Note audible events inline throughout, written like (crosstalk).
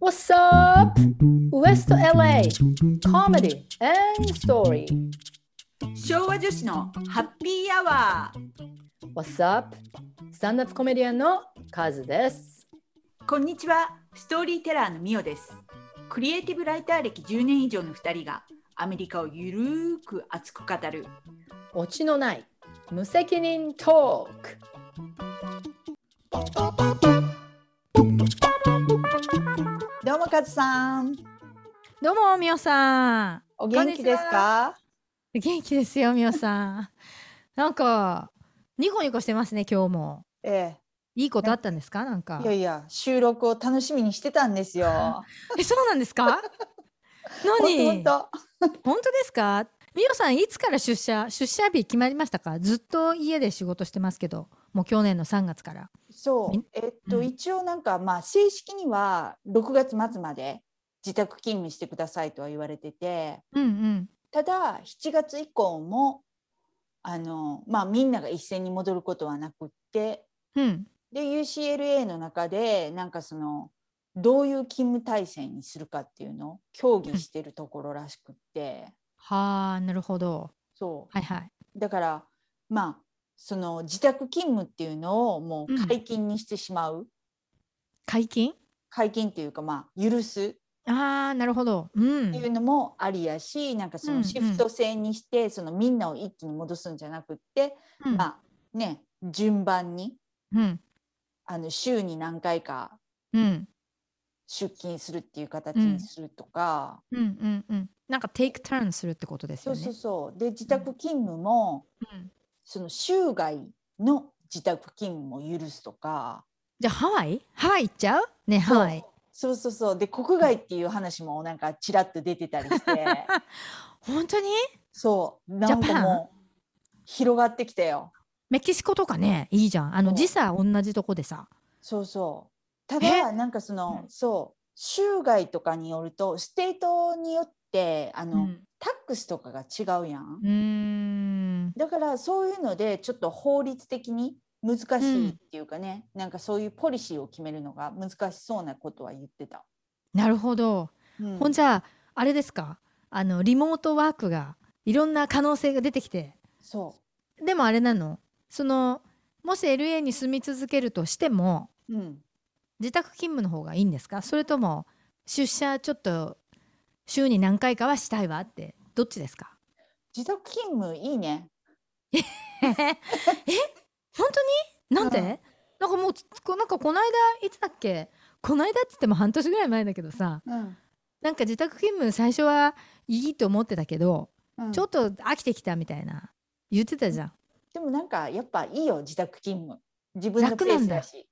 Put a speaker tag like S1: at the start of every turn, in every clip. S1: What's up? West LA Comedy and Story
S2: 昭和女子のハッピーアワー
S1: What's up? スタンダップコメディアンのカズです
S2: こんにちはストーリーテラーのミオですクリエイティブライター歴10年以上の2人がアメリカをゆるーく熱く語る
S1: オチのない無責任トーク
S2: どうもカズさん
S3: どうも、みおさん。
S2: お
S3: 元気です
S2: か
S3: 元気ですよ、みお
S4: (laughs)
S3: さん。なんか、ニコニコしてますね、今日も。
S4: え
S3: いいことあったんですかなんか
S4: え、い。やいや収録を楽しみにしてたんですよ。
S3: え、そうなんで
S4: (laughs)
S3: す
S4: 本
S3: か
S4: 当
S3: 何
S4: 本当。
S3: 本当ですかみおさん、いつから出社、出社日決まりましたかずっと家で仕事してますけど、もう去年の3月から。
S4: そ
S3: み
S4: う。えっと、
S3: うん
S4: 一応なんかまあ正式には6月末まで自宅勤務してくださいとは言われてて、
S3: うんうん。
S4: ただ7月以降もあのまあみんなが一斉に戻ることはなくって、
S3: うん。
S4: で UCLA の中でなんかそのどういう勤務体制にするかっていうのを協議してるところらしくって、
S3: はあ、なるほど。
S4: そう。
S3: はいはい。
S4: だからまあその自宅勤務っていうのをも
S3: うん
S4: う解禁にしてしまう、
S3: 解禁
S4: 解禁っていうかまあ許す
S3: ああ、なるほど。う
S4: っ
S3: ん
S4: て。いうのもありやし、なんかそ
S3: うんう
S4: の
S3: ん
S4: シフト制にして、そのみんなを一気に戻すんじゃなくって、
S3: うん
S4: まあね順番に
S3: うん。
S4: あの週に何回か
S3: うん。
S4: 出勤するっていう形
S3: うん
S4: にするとか、
S3: うんうんうん。なんか、テイクターンするってことですよ
S4: そう
S3: ね。
S4: そうそうで自宅勤務も、
S3: うん
S4: その州外の自宅勤務も許すとか。
S3: じゃあハワイハワイ行っちゃうね
S4: そう
S3: ハワイ。
S4: そうそうそうで国外っていう話もなんかちらっと出てたりして
S3: (laughs) 本当に
S4: そうなん
S3: ジャ
S4: か
S3: パン
S4: もう広がってきたよ
S3: メキシコとかねいいじゃんあの
S4: そう
S3: 時差同じとこでさ。
S4: そうそうただなんかその
S3: うん
S4: そう州外とかによるとステートによってあ
S3: う
S4: の、
S3: ん
S4: タックスとかが違うやん
S3: うーん
S4: だからそういうのでちょっと法律的に難しいっていうかね、なんかそういうポリシーを決めるのが難しそうなことは言ってた、
S3: なるほど。
S4: うん
S3: ほんじゃああれですかあのリモートワークがいろんな可能性が出てきて
S4: そ
S3: でもあれなのそのもし LA に住み続けるとしても
S4: ううん
S3: 自宅勤務の方がいいんですかそれとも出社ちょっと週に何回かはしたいわってどっちですか
S4: 自宅勤務いいね
S3: え本当になんで、
S4: うん
S3: なんかもうつこなんかこの間いつだっけこの間っつっても半年ぐらい前だけどさ
S4: うん、
S3: なんか自宅勤務最初はいいと思ってたけど、
S4: うん
S3: ちょっと飽きてきたみたいな言ってたじゃん、
S4: でもなんかやっぱいいよ自宅勤務自分の
S3: 楽
S4: ペー
S3: なん
S4: ス
S3: だ
S4: だし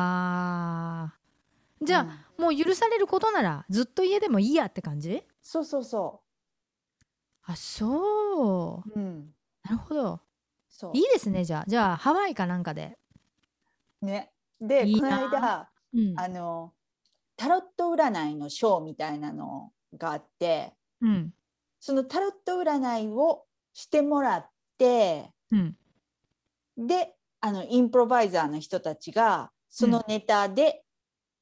S3: あーじゃあ、
S4: うん
S3: もう許されることならずっと家でもいいやって感じ
S4: そうそうそ
S3: あそう
S4: ううん
S3: なるほど
S4: そう
S3: いいですねじゃあじゃあハワイかなんかで、
S4: ねで
S3: いい
S4: この
S3: な
S4: 間
S3: うん
S4: あのタロット占いのショーみたいなのがあって
S3: うん
S4: そのタロット占いをしてもらって
S3: うん
S4: であのインプロバイザーの人たちがそのネタで、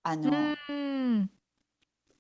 S4: あ
S3: う
S4: の、
S3: ーん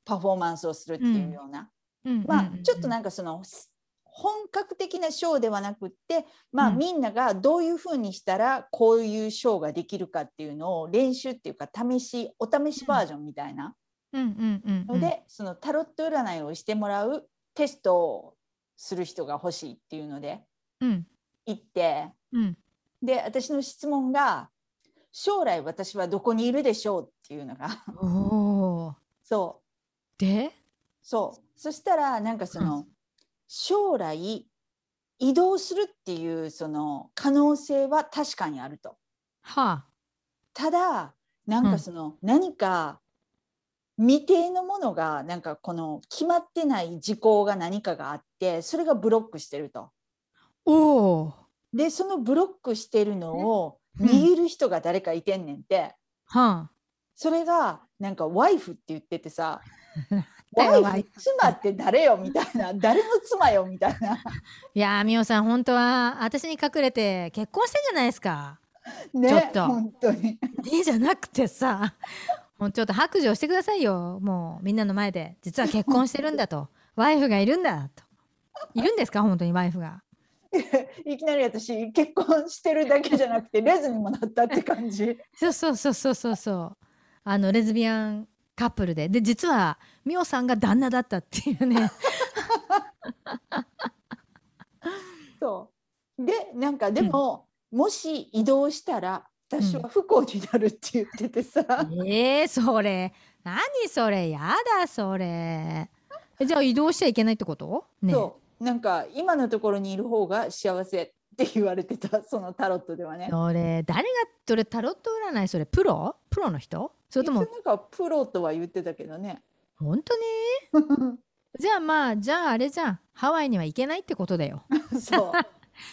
S4: パフォーマンスをするっていうような、
S3: うん
S4: ま
S3: う
S4: あ
S3: んうん
S4: ちょっとなんかそのす本格的なショーではなくって、まあ、
S3: うん
S4: みんながどういうふうにしたらこういうショーができるかっていうのを練習っていうか試しお試しバージョンみたいな
S3: うんうんうんう
S4: の
S3: ん
S4: で、そのタロット占いをしてもらうテストをする人が欲しいっていうので
S3: うん
S4: 行って
S3: うん
S4: で私の質問が「将来私はどこにいるでしょう?」っていうのが (laughs)
S3: おー
S4: そう
S3: で
S4: そうそしたらなんかその、将来移動するっていうその可能性は確かにあると
S3: はあ
S4: ただなん
S3: う
S4: か
S3: ん
S4: その、何か未定のものがなんかこの決まってない事項が何かがあってそれがブロックしてると
S3: おお
S4: でそのブロックしてるのを
S3: うん
S4: 握る人が誰かいてんねんて、
S3: はあ
S4: それがなんかワイフって言っててさ
S3: (laughs) だよ
S4: ワイフ妻って誰よみたい
S3: (laughs)
S4: な誰の妻よみたいない
S3: やーみおさん本当は私に隠れて結婚してんじゃないですか
S4: ね、
S3: ちょっと
S4: 本当に。
S3: ねじゃなくてさもうちょっと白状してくださいよ。もうみんなの前で。実は結婚してるんだと。 (laughs) ワイフがいるんだと。いるんですか本当にワイフが。
S4: いきなり私結婚してるだけじゃなく
S3: (laughs)
S4: てレズにもなったって感じ。
S3: そうそうそうそうそうそう。あのレズビアンカップルで。で実はミオさんが旦那だったっていうね。
S4: そうでなんかでも、もし移動したら私は不幸になるって言っててさ、
S3: えー、それ。何それ。やだそれ。えじゃあ移動しちゃいけないってことね。
S4: そうなんか今のところにいる方が幸せって言われてたそのタロットではね。
S3: それ誰がそれタロット占いそれプロプロの人それと
S4: 一応
S3: も
S4: なんかプロとは言ってたけど
S3: (laughs)
S4: ね。
S3: 本当にじゃあまあじゃああれじゃんハワイには行けないってことだよ。
S4: (laughs) そう。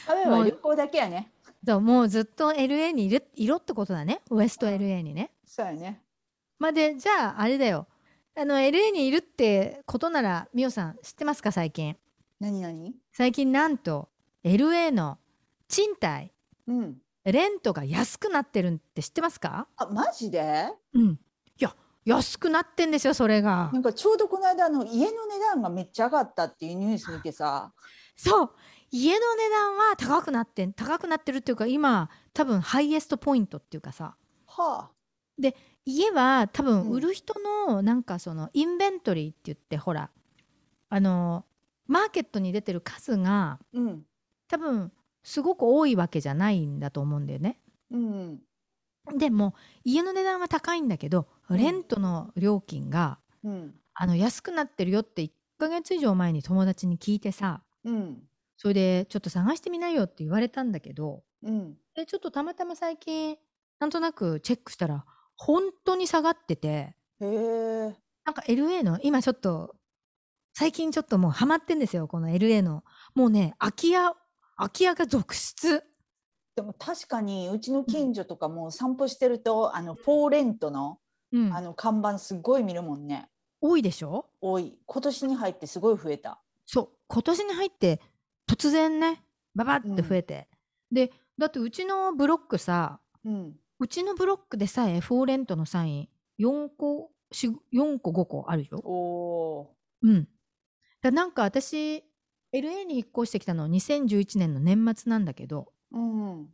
S4: 雨は旅行だけやね。
S3: そうもうずっと LA にいるいろってことだねウエスト LA にね。
S4: そうやね。
S3: まあ、でじゃああれだよあの LA にいるってことならミオさん知ってますか最近
S4: 何何？
S3: 最近なんと LA の賃貸
S4: うん。
S3: レントが安くなってるんって知ってますか
S4: あマジで？
S3: うんいや安くなってんですよそれが
S4: なんかちょうどこの間あの家の値段がめっちゃ上がったっていうニュース見てさ、
S3: そう家の値段は高くなってん高くなってるっていうか今多分ハイエストポイントっていうかさ
S4: はあ。
S3: 家は多
S4: う
S3: 分
S4: ん
S3: 売る人のなんかそのインベントリーって言ってほらあのマーケットに出てる数が
S4: うん
S3: 多分すごく多いわけじゃないんだと思うんだよね。
S4: うん
S3: でも家の値段は高いんだけど
S4: ん
S3: レントの料金が、
S4: うん
S3: あの安くなってるよって1ヶ月以上前に友達に聞いてさ
S4: うん
S3: それでちょっと探してみなよって言われたんだけど
S4: うん。
S3: でちょっとたまたま最近なんとなくチェックしたら本当に下がってて
S4: へえ。
S3: なんか LA の今ちょっと最近ちょっともうハマってんですよこの LA のもうね空き家空き家が続出。
S4: でも確かにうちの近所とかも散歩してると、あのフォーレントの
S3: うん
S4: あの看板すごい見るもんね。
S3: 多いでしょ
S4: 多い。今年に入ってすごい増えた。
S3: そう今年に入って突然ねババって増えて、でだってうちのブロックさ
S4: うん。
S3: うちのブロックでさえフォーレントのサイン4個4 4個5個あるよ。
S4: おお
S3: うん、だなんか私 LA に引っ越してきたの2011年の年末なんだけど
S4: ー。うん。うん。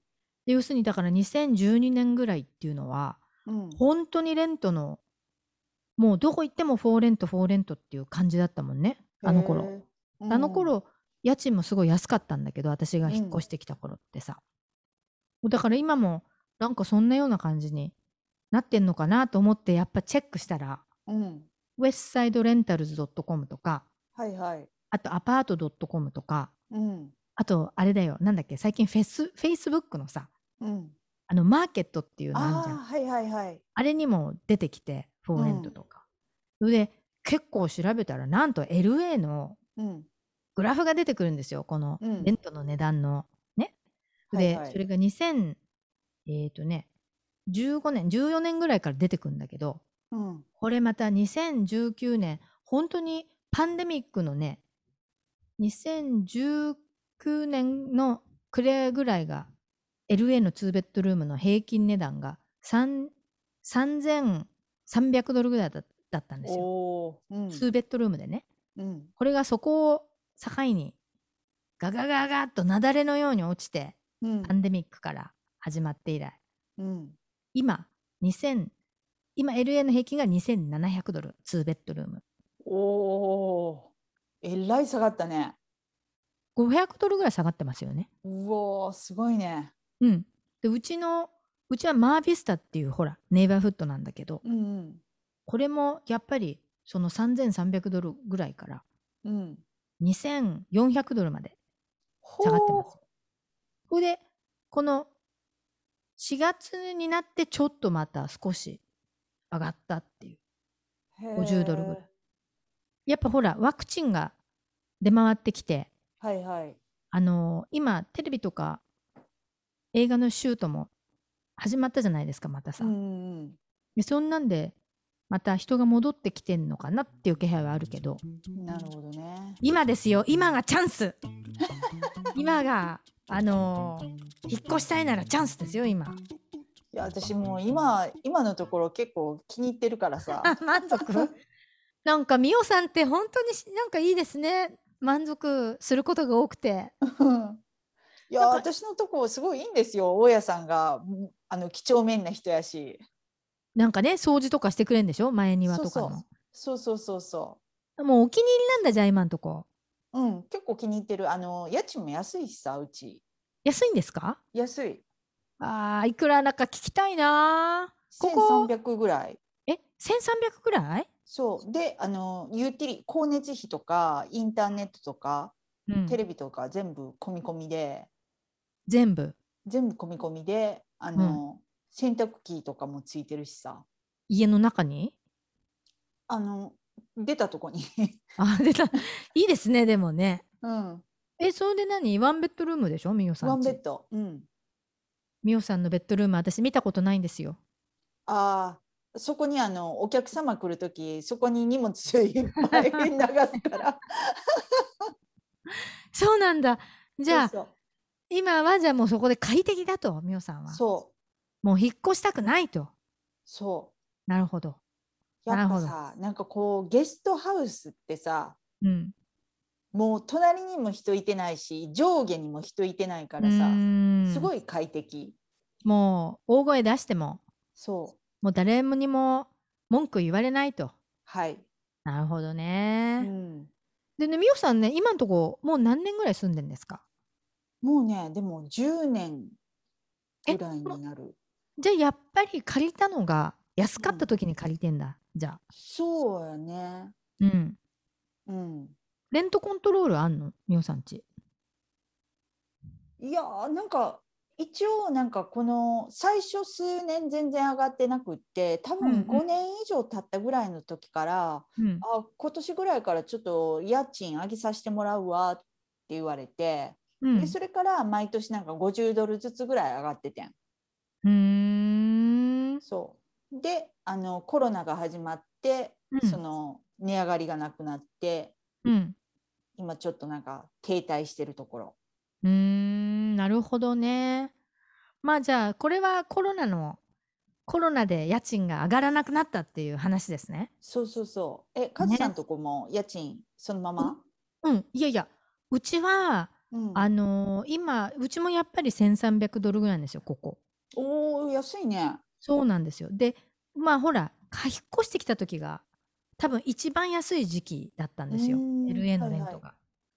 S3: で要するにだから2012年ぐらいっていうのは本当にレントのもうどこ行ってもフォーレントフォーレントっていう感じだったもんねあの頃。
S4: へー。
S3: あの頃、家賃もすごい安かったんだけど、私が引っ越してきた頃ってさ。だから今も、なんかそんなような感じになってんのかなと思って、やっぱチェックしたら、
S4: うん。うん。
S3: ウェスサイドレンタルズ .com とか、
S4: はいはい。
S3: あとアパート .com とか、
S4: うん。
S3: あとあれだよ、なんだっけ、最近フェス、Facebook のさ、
S4: うん。
S3: あのマーケットっていうのあるじゃん。
S4: ああーはいはいはい。
S3: あれにも出てきて、フォーレントとか。それで、結構調べたら、なんと LA の
S4: うん。
S3: グラフが出てくるんですよ、この
S4: うん
S3: レントの値段の。ね。で、
S4: はいはい
S3: それが2000、えっ、とね、15年、14年ぐらいから出てくるんだけど、
S4: うん。
S3: これまた2019年、本当にパンデミックのね、2019年の暮れぐらいが、LA の2ベッドルームの平均値段が3 3300ドルぐらいだっただったんですよ。
S4: おお。うん。
S3: 2ベッドルームでね。
S4: うん。
S3: これがそこを境にガガガガッと雪崩のように落ちて
S4: うん
S3: パンデミックから始まって以来
S4: うん。
S3: 今2000今 LA の平均が2700ドル2ベッドルーム
S4: おお。えらい下がったね。
S3: 500ドルぐらい下がってますよね
S4: うおーすごいね。
S3: うんでうちのうちはマービスタっていうほらネイバーフットなんだけど
S4: うん
S3: これもやっぱりその3300ドルぐらいから
S4: うん。うん。
S3: 2400ドルまで
S4: ほー
S3: 下がってます。それで、この4月になってちょっとまた少し上がったっていう。
S4: へー
S3: 50ドルぐらいやっぱほら、ワクチンが出回ってきて、
S4: はいはい。
S3: あのー今、テレビとか映画のシュートも始まったじゃないですか、またさ。
S4: うんうん
S3: でそんなんで、また人が戻ってきてんのかなっていう気配はあるけど、
S4: うん。なるほどね。
S3: 今ですよ、今がチャン (laughs) ス今が、あのー引っ越したいならチャンスですよ、今。
S4: いや私もう今今のところ結構気に入ってるから (laughs) さ
S3: 満足なんかミオさんって本当にしなんかいいですね満足することが多くて
S4: うんいや
S3: なんか
S4: 私のとこすごいいいんですよ大家さんがうんあの几帳面な人やし
S3: なんかね掃除とかしてくれんでしょ前庭とかの
S4: そうそうそうそうそ
S3: もうお気に入りなんだじゃあ今んとこ
S4: ううん結構気に入ってるあの家賃も安いしさうち
S3: 安いんですか
S4: 安い
S3: あーいくらなんか聞きたいなここ
S4: 1300ぐらい
S3: え1300ぐらい、
S4: そうであのユーティリ光熱費とかインターネットとか
S3: うん
S4: テレビとか全部込み込みで、
S3: 全部
S4: 全部込み込みであの、洗濯機とかもついてるしさ
S3: 家の中に
S4: あの出たとこに (laughs)
S3: あ出たいいですねでもね
S4: うん
S3: えそれで何ワンベッドルームでしょみおさ
S4: ワン
S3: ん
S4: ベ
S3: ち
S4: ッドうん
S3: みおさんのベッドルーム私見たことないんですよ
S4: あーそこにあのお客様来る時そこに荷物いっぱい流す (laughs) から
S3: そうなんだじゃあ
S4: そう
S3: 今はじゃあもうそこで快適だとみおさんは
S4: そう
S3: もう引っ越したくないと
S4: そ
S3: なるほど
S4: うやっ
S3: な
S4: ぱ
S3: るほど
S4: さなんかこうゲストハウスってさ
S3: うん
S4: もう隣にも人いてないし上下にも人いてないから
S3: う
S4: さ
S3: ーん
S4: すごい快適
S3: もう大声出しても
S4: そう
S3: もう誰もにも文句言われないと
S4: はい、
S3: なるほど
S4: う
S3: ね、
S4: ん、
S3: でねみおさんね今のとこもう何年ぐらい住んでんですか
S4: もうねでも10年
S3: え
S4: ぐらいになる
S3: じゃあやっぱり借りたのが安かった時に借りてんだ、じゃあ
S4: そうやね
S3: うん
S4: うん
S3: レントコントロールあんのみおさんち
S4: いやーなんか一応なんかこの最初数年全然上がってなくって多
S3: うんうん
S4: 分5年以上経ったぐらいの時から、
S3: うん
S4: あ今年ぐらいからちょっと家賃上げさせてもらうわって言われて、
S3: うん
S4: でそれから毎年なんか50ドルずつぐらい上がっててん
S3: うーん
S4: そうであのコロナが始まって、
S3: うん
S4: その値上がりがなくなって
S3: うん
S4: 今ちょっとなんか停滞してるところ
S3: うーんなるほどねまあじゃあこれはコロナのコロナで家賃が上がらなくなったっていう話ですね
S4: そうそうそうえカズさんとこも家賃そのまま、
S3: うんいやいやうちは
S4: うん
S3: あのー今うちもやっぱり1300ドルぐらいなんですよここ
S4: おお安いね。
S3: そうなんですよでまあほらか引っ越してきた時が多分一番安い時期だったんですよ
S4: うーん
S3: LA のレントが、
S4: はいはい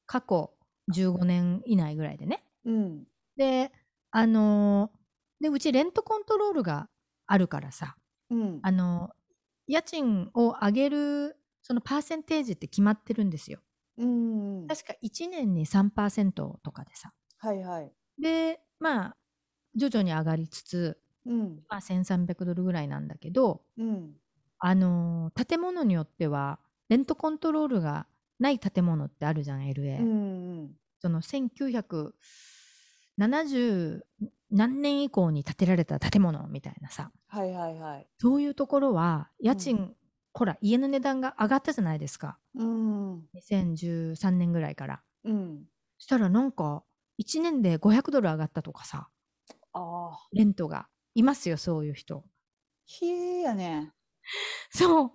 S3: 過去15年以内ぐらいでね
S4: うん。
S3: であのーでうちレントコントロールがあるからさ
S4: うん。
S3: あのー家賃を上げるそのパーセンテージって決まってるんですよ
S4: うん。
S3: 確か1年に3%とかでさ
S4: はいはい。
S3: でまあ徐々に上がりつつ、
S4: うん。
S3: まあ、1300ドルぐらいなんだけど、
S4: うん。
S3: あのー建物によってはレントコントロールがない建物ってあるじゃん LA、
S4: うん。うん
S3: その1970何年以降に建てられた建物みたいなさ
S4: はいはいはい。
S3: そういうところは家賃、
S4: う
S3: ほら家の値段が上がったじゃないですか
S4: うん。
S3: 2013年ぐらいから
S4: うん。
S3: したらなんか1年で500ドル上がったとかさ
S4: ああ。
S3: レントがいますよそういう人
S4: ひえやね。
S3: そう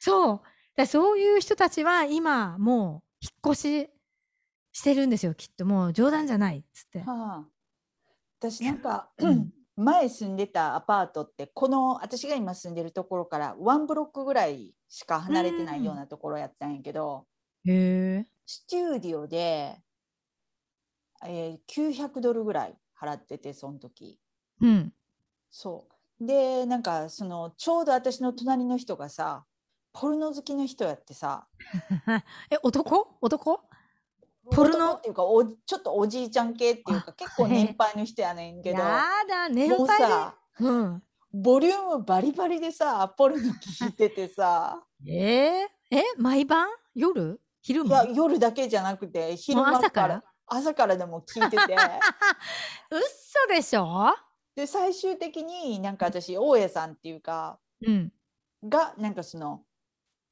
S3: そうだそういう人たちは今もう引っ越ししてるんですよきっともう冗談じゃないっつって
S4: はあ。私なんか、
S3: うん
S4: (clears throat) 前住んでたアパートってこの私が今住んでるところからワンブロックぐらいしか離れてないようなところやったんやけど、
S3: へえ
S4: スチューディオで、えー、900ドルぐらい払っててその時。
S3: うん (laughs)
S4: そうでなんかそのちょうど私の隣の人がさポルノ好きの人やってさ
S3: え男男ポルノ
S4: 男っていうかおちょっとおじいちゃん系っていうか結構年配の人やねんけど
S3: やだ年
S4: もう
S3: 配で
S4: さ
S3: うん
S4: ボリュームバリバリでさポルノ聞いててさ
S3: えええ毎晩夜昼
S4: い
S3: も
S4: や夜だけじゃなくて昼
S3: もう
S4: 間
S3: 朝
S4: か
S3: からら
S4: 朝からでも聞いてて
S3: (laughs) うっそでしょ
S4: で最終的になんか私大家さんっていうか
S3: うん
S4: がなんかその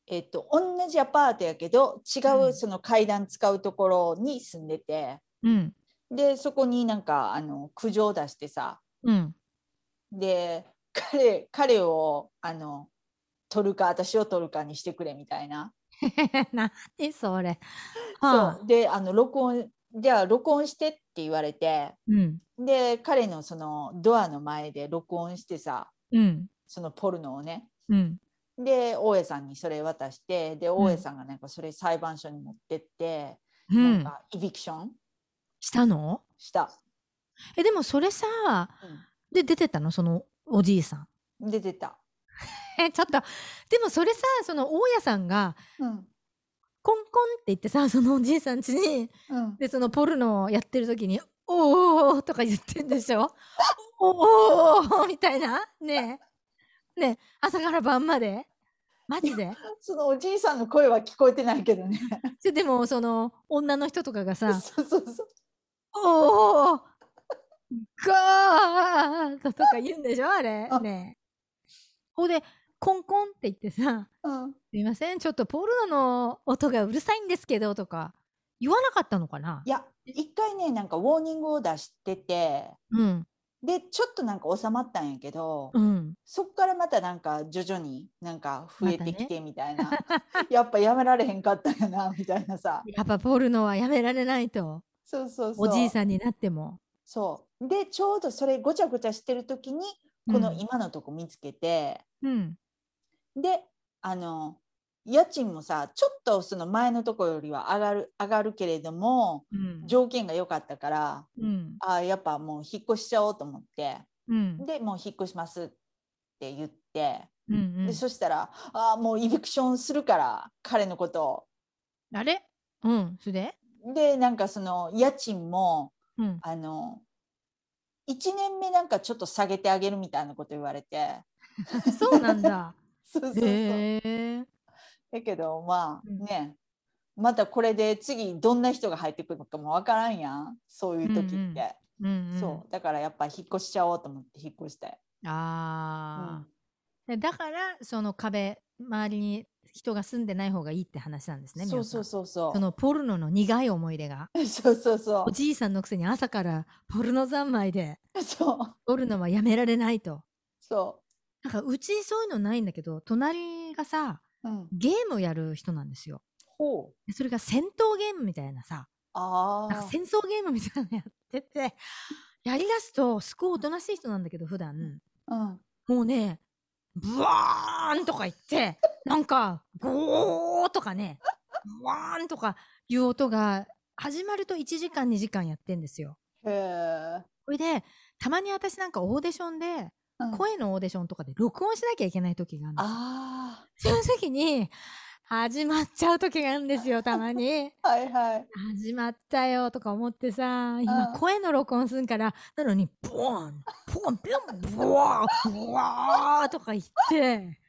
S4: えっと同じアパートやけど違
S3: う
S4: うんその階段使うところに住んでて。
S3: うん
S4: でそこになんかあの苦情出してさ
S3: うん (laughs)
S4: で (laughs) 彼彼をあの取るか私を取るかにしてくれみたいな。
S3: 何それ。
S4: そうであの録音じゃあ録音してって言われて
S3: う。うん。
S4: で彼のそのドアの前で録音してさ
S3: うん。
S4: そのポルノをね
S3: うん。
S4: で大江さんにそれ渡してで
S3: ん
S4: 大江さんがなんかそれ裁判所に持ってって、
S3: う
S4: なん
S3: ん。
S4: かイビクション
S3: したの
S4: した、
S3: え、でもそれさ、で、出てたのそのおじいさん。
S4: うん、出てた、
S3: (laughs) え、ちょっと、でもそれさ、その大家さんが、
S4: うん
S3: コンコンって言ってさ、 (laughs) そのおじいさん家に、
S4: うん、
S3: で、そのポルノをやってる時に、おーおーおーとか言ってんでしょ (laughs) おーおーおーみたいな。ねえ。ねえ、朝から晩まで。マジで (laughs)
S4: そのおじいさんの声は聞こえてないけどね
S3: ででも、その、女の人とかがさ、
S4: (laughs) そうそうそう
S3: おおガーッとか言うんでしょあれ
S4: あ
S3: ねえほんでコンコンって言ってさ
S4: うん
S3: 「すいませんちょっとポルノの音がうるさいんですけど」とか言わなかったのかない
S4: や一回ねなんかウォーニングを出してて
S3: うん
S4: でちょっとなんか収まったんやけど、
S3: うん
S4: そこからまたなんか徐々になんか増えて
S3: また
S4: き
S3: ね
S4: てみたいな、 (laughs) やっぱやめられへんかったんやな (laughs) みたいなさ
S3: やっぱポルノはやめられないと
S4: そうそうそう
S3: おじい
S4: ん
S3: さんになっても
S4: そうでちょうどそれごちゃごちゃしてる時にこの
S3: うん
S4: 今のとこ見つけて、
S3: うん
S4: であの家賃もさちょっとその前のとこよりは上がる上がるけれども
S3: うん
S4: 条件が良かったから
S3: うん
S4: あーやっぱもう引っ越しちゃおうと思って
S3: うん
S4: でもう引っ越しますって言って、
S3: うんうん
S4: でそしたら「あーもうイビクションするから彼のこと
S3: あれうんそれで
S4: を」でなんかその家賃も (laughs)
S3: うん
S4: あの1年目なんかちょっと下げてあげるみたいなこと言われて
S3: そうなんだ
S4: そうそうそう、
S3: へえ
S4: だけどまあ
S3: うん
S4: ね、またこれで次どんな人が入ってくるのかもわからんやんそういう時って、
S3: うんうんうん
S4: そうだからやっぱ引っ越しちゃおうと思って引っ越して、
S3: ああ
S4: うん
S3: でだからその壁周りに人が住んでない方がいいって話なんですね
S4: そうそう
S3: う
S4: そうそう
S3: そのポルノの苦い思い出が
S4: (laughs) そうそうそ
S3: おじいさんのくせに朝からポルノ三昧で
S4: うそう
S3: ポルノはやめられないと
S4: そ
S3: なんかうちそういうのないんだけど隣がさ
S4: う、うん、
S3: ゲームをやる人なんですよ
S4: ほう
S3: でそれが戦闘ゲームみたいなさ
S4: あ
S3: なんか
S4: あ
S3: 戦争ゲームみたいなのやってて (laughs) やりだすとすごいおとなしい人なんだけど普段、
S4: うん
S3: もうね、ブワーンとか言って、なんか、ゴーとかね、ブワーンとかいう音が、始まると1時間2時間やってんですよ。
S4: へえ、
S3: これで、たまに私なんかオーディションで、
S4: うん、
S3: 声のオーディションとかで録音しなきゃいけない時があるんです
S4: あ
S3: よ。その時に、始まっちゃう時があるんですよ、たまに。
S4: あはいはい
S3: 始まったよとか思ってさ、
S4: う
S3: 今
S4: ん
S3: 声の録音するから、なのに、ボーン、ボーン、ビョン、ボワー、ボワーとか言って、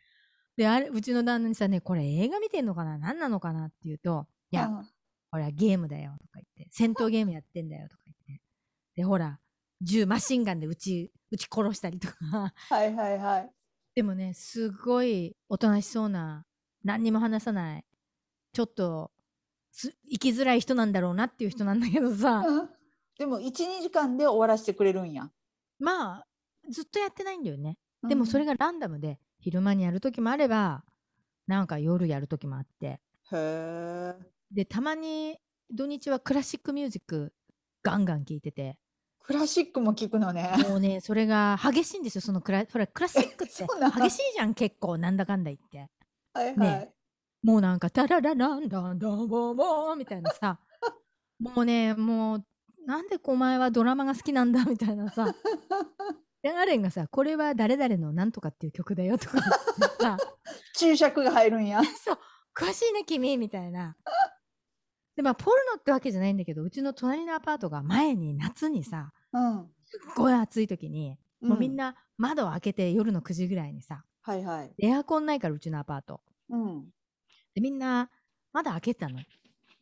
S3: で、あれ、うちの旦那にさね、これ映画見てんのかな何なのかなって言うと、いや、
S4: うん
S3: ほら、ゲームだよとか言って、戦闘ゲームやってんだよとか言って、で、ほら、銃、マシンガンで撃ち、撃ち殺したりとか、
S4: はいはいはい
S3: でもね、すごいおとなしそうな、何にも話さない、ちょっと、す生きづらい人なんだろうなっていう人なんだけどさ、
S4: うんでも12時間で終わらせてくれるんや、
S3: まあ、ずっとやってないんだよね。
S4: うん
S3: でもそれがランダムで、昼間にやるときもあれば、なんか夜やるときもあって。
S4: へえ
S3: で、たまに土日はクラシックミュージックガンガン聴いてて、
S4: クラシックも聞くのね
S3: もうね、それが激しいんですよ、そのクラ、ほら、クラシックって
S4: (laughs) そうなの
S3: 激しいじゃん、結構、なんだかんだ言って。
S4: はいはい、
S3: ねもうなんか、ダララランダンダンボーボーみたいなさ、もうね、もう、なんでお前はドラマが好きなんだみたいなさ、で、アレンがさ、これは誰々のなんとかっていう曲だよとか言ってさ、
S4: 注釈が入るんや
S3: 詳しいね、君みたいな。で、まあ、ポルノってわけじゃないんだけど、うちの隣のアパートが前に夏にさ、
S4: うん
S3: すっごい暑い時に、もうみん
S4: な、
S3: な窓を開けて夜の9時ぐらいにさ、
S4: はいはい
S3: エアコンないからうちのアパート。
S4: うん
S3: で、みんな窓開けてたの。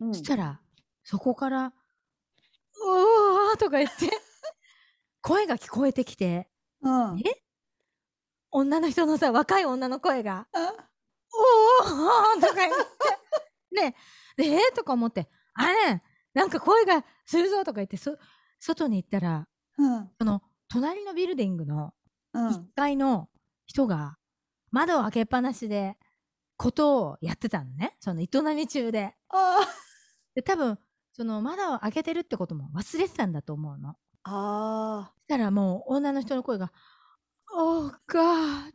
S4: うん
S3: そしたら、そこから、うわーとか言って、 (laughs) 声が聞こえてきて、
S4: うん
S3: え女の人のさ、若い女の声が、
S4: あ
S3: おーとか (laughs) 言って、ねえ、で、えーとか思って、あれなんか声がするぞとか言って、そ、外に行ったら、
S4: うん
S3: その、隣のビルディングの
S4: ううん
S3: 1階の人が窓を開けっぱなしでことをやってたのねその営み中で
S4: あー
S3: で多分その窓を開けてるってことも忘れてたんだと思うの
S4: あ
S3: そしたらもう女の人の声が「Oh God!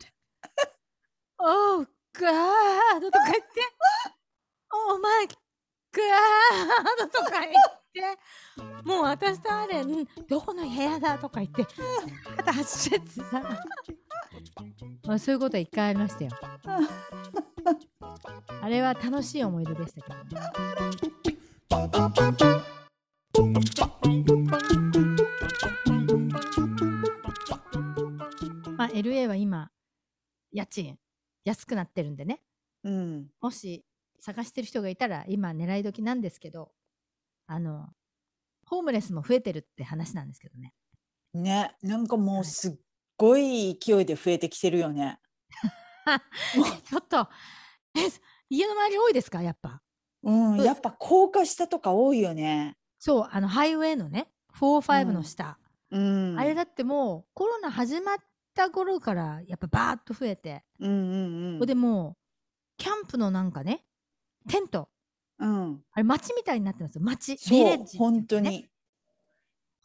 S3: Oh God!」とか言って「Oh my God!」とか言ってもう私とあれんどこの部屋だとか言ってまた走ってってさまあそういうこと一回ありましたよあれは楽しい思い出でしたけどねまあ、LA は今家賃安くなってるんでね
S4: ーうん
S3: もし探してる人がいたら今狙い時なんですけどあのホームレスも増えてるって話なんですけどね
S4: ねなんかも
S3: は
S4: う
S3: い
S4: すっごい勢いで増えてきてるよね。
S3: (laughs) ちょっとえ家の周り多いですかやっぱ
S4: うん、
S3: そう
S4: やっぱ高架下とか多いよね。
S3: そうあのハイウェイのね45の下、
S4: うん、
S3: あれだってもうコロナ始まった頃からやっぱバーッと増えて、
S4: うんうん
S3: こ
S4: う
S3: こ
S4: ん。
S3: でもうキャンプのなんかねテント
S4: うん、
S3: あれ町みたいになってますよ町
S4: そ
S3: ビレ
S4: う
S3: ッジっていう
S4: 本
S3: んです
S4: 当
S3: かね
S4: に。
S3: こ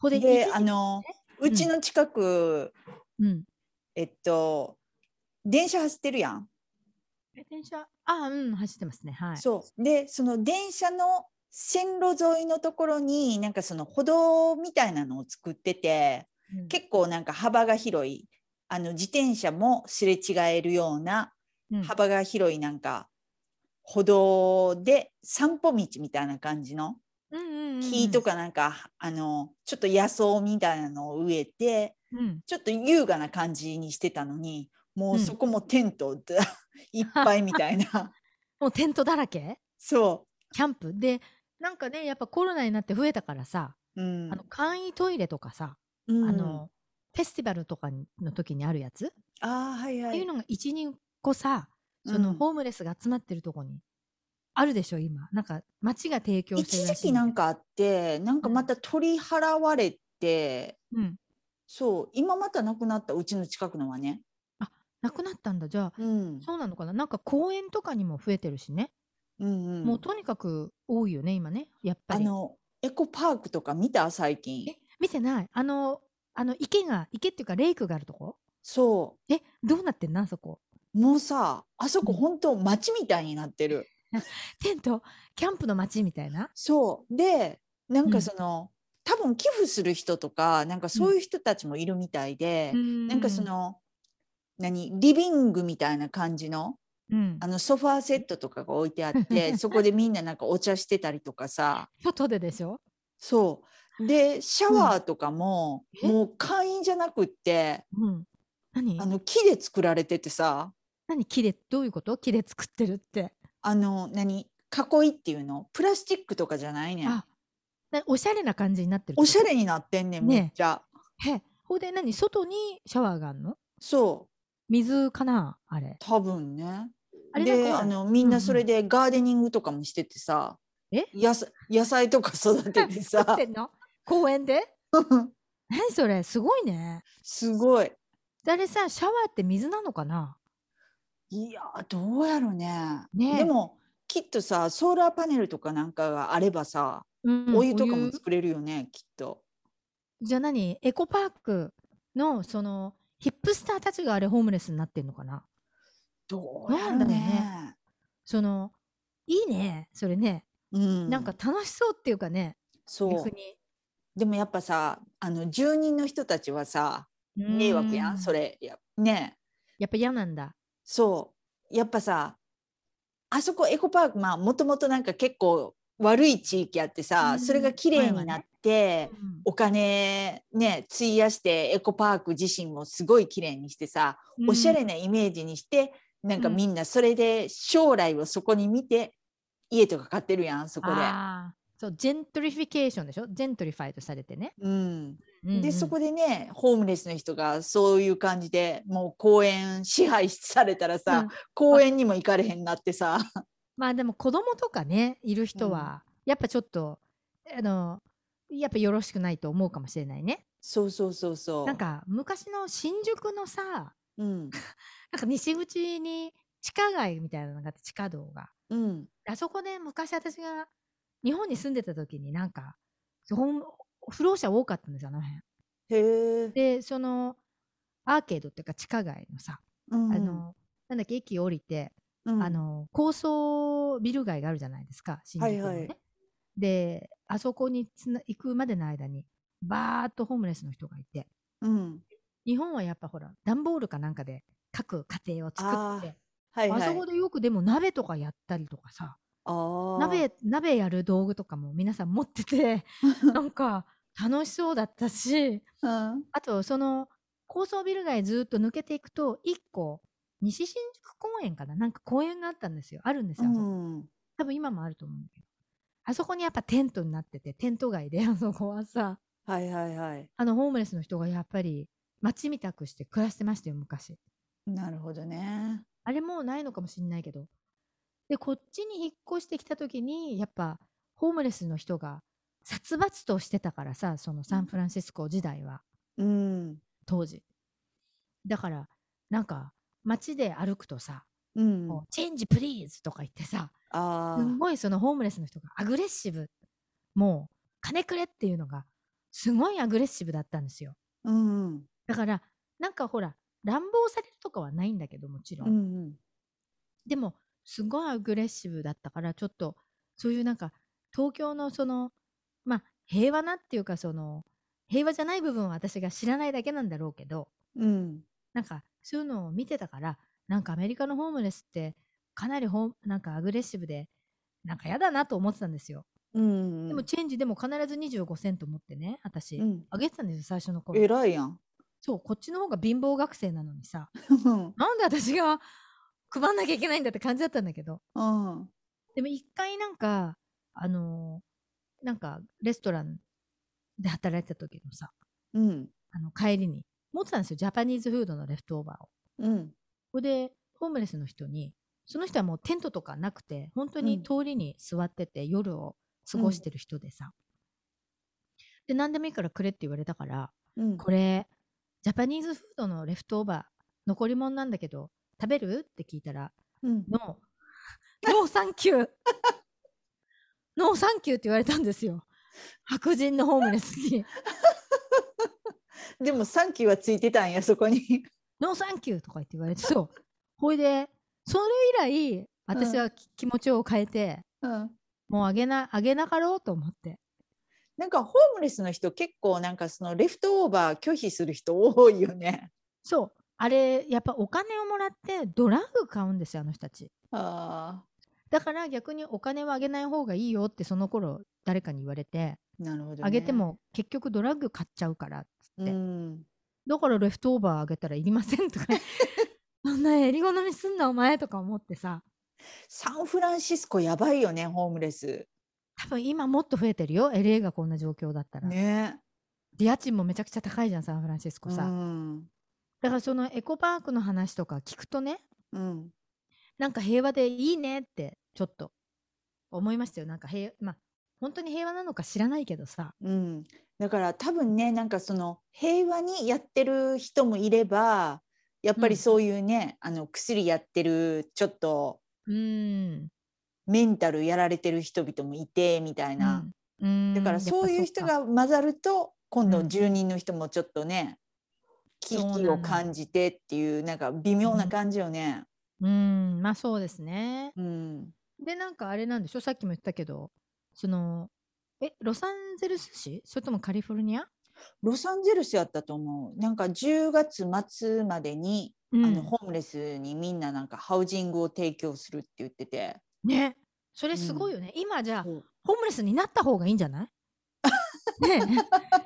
S3: こで
S4: で
S3: 一時
S4: あの
S3: うん
S4: うちの近く、
S3: うん
S4: えっと電車走ってるやん。
S3: え電車あうん走ってますねはい
S4: そうでその電車の線路沿いのところになんかその歩道みたいなのを作ってて
S3: うん
S4: 結構なんか幅が広いあの自転車もすれ違えるような
S3: うん
S4: 幅が広いなんか歩道で散歩道みたいな感じの
S3: うんうんうん
S4: 木とかなんか、あのちょっと野草みたいなのを植えて
S3: うん
S4: ちょっと優雅な感じにしてたのにもううんそこもテントだ (laughs) いっぱいみたい
S3: (laughs)
S4: な
S3: もうテントだらけ
S4: そ
S3: キャンプでなんかねやっぱコロナになって増えたからさ、
S4: う、うん
S3: あの簡易トイレとかさ、
S4: うん
S3: あのフェスティバルとかにの時にあるやつ、
S4: あーはいは
S3: っていうのが12個さそ
S4: うん
S3: のホームレスが集まってるとこにあるでしょ今なんか町が提供して
S4: 一
S3: るら
S4: 時
S3: しい
S4: 期
S3: んだ
S4: な
S3: よ
S4: んかあってなんかまた取り払われて、
S3: うん、
S4: そう今またなくなったうちの近くのはね、
S3: なくなったんだじゃあ
S4: うん、
S3: そうなのかななんか公園とかにも増えてるしね、
S4: うんうん
S3: もうとにかく多いよね今ねやっぱ
S4: あ
S3: り
S4: のエコパークとか見た最
S3: え
S4: 近
S3: 見てないあのあの池が池っていうかレイクがあるとこ
S4: そ
S3: えどうなってんなそこ
S4: うもうさあそこ
S3: うん
S4: 本当街みたいになってる
S3: テントキャンプの街みたいな
S4: そうでなん
S3: う
S4: か
S3: ん
S4: その、多分寄付する人とかなんかそういう人たちもいるみたいで、な
S3: なん
S4: かそ、の何リビングみたいな感じの
S3: うん
S4: あ、のソファーセットとかが置いてあって
S3: (laughs)
S4: そこでみんななんかお茶してたりとかさ
S3: 外ででしょ
S4: そうでシャワーとかも、
S3: え
S4: もう簡易じゃなくって
S3: うん何
S4: あの木で作られててさ
S3: 何木でどういうこと木で作ってるって
S4: あの何囲いっていうのプラスチックとかじゃないねん
S3: あなおしゃれな感じになってるってこ
S4: お
S3: と
S4: しゃれになってんねん
S3: ね
S4: めっちゃ、
S3: へほいで何外にシャワーがあるの
S4: そう
S3: 水かなあれ
S4: 多分ね
S3: あれ
S4: で
S3: なんか
S4: あのみん
S3: うんう
S4: なんそれでガーデニングとかもしててさ、
S3: え
S4: やさ野菜とか育てて
S3: (laughs) 作っ
S4: さ (laughs)
S3: てんの公園で何それすごいね
S4: すごい
S3: 誰さシャワーって水なのかない
S4: やーどうやろね
S3: ねえ
S4: でもきっとさソーラーパネルとかなんかがあればさ、
S3: うん
S4: お湯とか
S3: お
S4: も作れるよねきっと。
S3: じゃあ何エコパークのそのヒップスターたちがあれホームレスになってんのかな
S4: どうやろ
S3: なんだ
S4: ね
S3: ろうねそのいいねそれね、
S4: うん、
S3: なんか楽しそうっていうかね
S4: そ
S3: 逆
S4: う
S3: に
S4: でもやっぱさあの住人の人たちはさ迷惑やんそ
S3: れ
S4: れやねえ
S3: やっぱ嫌なんだ
S4: そうやっぱさあそこエコパークまあもともとなんか結構悪い地域あってさ、
S3: うん
S4: それが綺麗になって、
S3: うん
S4: お金ね費やしてエコパーク自身もすごい綺麗にしてさ、おしゃれなイメージにしてなんか
S3: うん
S4: みんなそれで将来をそこに見て家とか買ってるやんそこで。
S3: あーそうジェントリフィケーションでしょジェントリファイドされてね、
S4: うん、
S3: うんうん
S4: でそこでねホームレスの人がそういう感じでもう公園支配されたらさ、
S3: うん
S4: 公園にも行かれへんなってさ
S3: まあでも子供とかねいる人はやっぱちょっとあのやっぱよろしくないと思うかもしれないね
S4: そうそうそうそう。
S3: なん、か昔の新宿のさなん
S4: うん、
S3: か西口に地下街みたいなのがあって地下道が (laughs)
S4: うん、
S3: あそこで昔私が日本に住んでた時になんかほん不老者多かったんですよあの辺
S4: へえ、
S3: でそのアーケードっていうか地下街のさ、
S4: うん
S3: あ、のなんだっけ駅降りて、
S4: うん
S3: あ、の高層ビル街があるじゃないですか新宿のね、
S4: はいはい
S3: であそこにつな行くまでの間にバーッとホームレスの人がいて
S4: うん、
S3: 日本はやっぱほら段ボールかなんかで各家庭を作って
S4: はいはい。
S3: あそこでよくでも鍋とかやったりとかさ
S4: あー
S3: 鍋鍋やる道具とかも皆さん持っ
S4: (laughs)
S3: ててなんか楽しそうだったし
S4: うん、
S3: あとその高層ビル街ずっと抜けていくと1個西新宿公園かななんか公園があったんですよあるんです
S4: う
S3: よ、あそこ
S4: ん、
S3: 多分今もあると思うんだけどあそこにやっぱテントになっててテント街で (laughs) あそこはさ
S4: はいはいはい。
S3: あのホームレスの人がやっぱり街みたくして暮らしてましたよ昔
S4: なるほどね。
S3: あれもうないのかもしれないけど。で、こっちに引っ越してきたときに、やっぱ、ホームレスの人が殺伐としてたからさ、そのサンフランシスコ時代は、
S4: うん、
S3: 当時。だから、なんか、街で歩くとさ、
S4: うん、
S3: こうチェンジプリーズとか言ってさ、
S4: あ
S3: すんごいそのホームレスの人がアグレッシブ。もう、金くれっていうのが、すごいアグレッシブだったんですよ。
S4: あ、うん、
S3: だから、なんかほら、乱暴されるとかはないんだけど、もちろ。
S4: うんん、
S3: でもすごいアグレッシブだったからちょっとそういうなんか東京のそのまあ平和なっていうかその平和じゃない部分は私が知らないだけなんだろうけど
S4: うん、
S3: なんかそういうのを見てたからなんかアメリカのホームレスってかなりホーなんかアグレッシブでなんかやだなと思ってたんですよ、
S4: うん、
S3: でもチェンジでも必ず25セント持ってね私、
S4: うん、
S3: あげてたんですよ最初の頃
S4: 偉いやん。 (laughs)
S3: そうこっちの方が貧乏学生なのにさなんで私が配んなきゃいけないんだって感じだったんだけど
S4: うん、
S3: でも一回なんか、あのーなんかレストランで働いてた時のさ、
S4: うん、
S3: あの帰りに、持ってたんですよ、ジャパニーズフードのレフトオーバーを。
S4: うん、
S3: これで、ホームレスの人に、その人はもうテントとかなくて、本当
S4: うん
S3: に通りに座ってて、夜を過ごしてる人でさ、で、何でもいいからくれって言われたから、
S4: うん、
S3: これ、ジャパニーズフードのレフトオーバー、残り物なんだけど、食べるって聞いたら、
S4: うん、
S3: ノー。 (laughs) ノーサンキュー。ノーサンキューって言われたんですよ。白人のホームレスに。
S4: でもサンキューはついてたんやそこに。 (laughs)
S3: ノーサンキューとか言って言われて、そう。ほいで、それ以来、私はき気持ちを変えて、
S4: うん。
S3: もうあげな、あげなかろうと思って。
S4: なんかホームレスの人結構なんかそのレフトオーバー拒否する人多いよね。
S3: そう。あれ、やっぱお金をもらってドラッグ買うんですよ、あの人たち。
S4: あ
S3: だから逆にお金はあげない方がいいよってその頃誰かに言われて、
S4: あ、なるほど、ね。
S3: あげても結局ドラッグ買っちゃうからっつっ
S4: う
S3: て。
S4: ん。
S3: だからレフトオーバーあげたらいりませんとか (laughs) そんなえり好みすんなお前とか思ってさ
S4: サンフランシスコやばいよねホームレス。
S3: 多分今もっと増えてるよ LA がこんな状況だったら、
S4: ね。
S3: で家賃もめちゃくちゃ高いじゃんサンフランシスコ
S4: う
S3: さ、
S4: ん。
S3: だからそのエコパークの話とか聞くとね
S4: うん。
S3: なんか平和でいいねってちょっと思いましたよなんか平まあ本当に平和なのか知らないけどさ
S4: うん、だから多分ねなんかその平和にやってる人もいればやっぱ
S3: う
S4: り
S3: ん
S4: そういうね、あの薬やってるちょっと
S3: うーん
S4: メンタルやられてる人々もいてみたいな、
S3: うんうーん
S4: だからそういう人
S3: やっぱそっか
S4: が混ざると今度
S3: うん
S4: 住人の人もちょっとね、危
S3: そう
S4: 機
S3: な
S4: を
S3: の
S4: 感じてっていうなんか微妙な感じよね。
S3: うーんまあそうですね
S4: うん、
S3: で、なんかあれなんでしょさっきも言ったけど、その、え、ロサンゼルス市それともカリフォルニア
S4: ロサンゼルスやったと思うなんか10月末までに、
S3: うん
S4: あのホームレスにみんななんかハウジングを提供するって言ってて。
S3: ね。それすごいよね。今じゃあ、
S4: そう
S3: ホームレスになった方がいいんじゃないね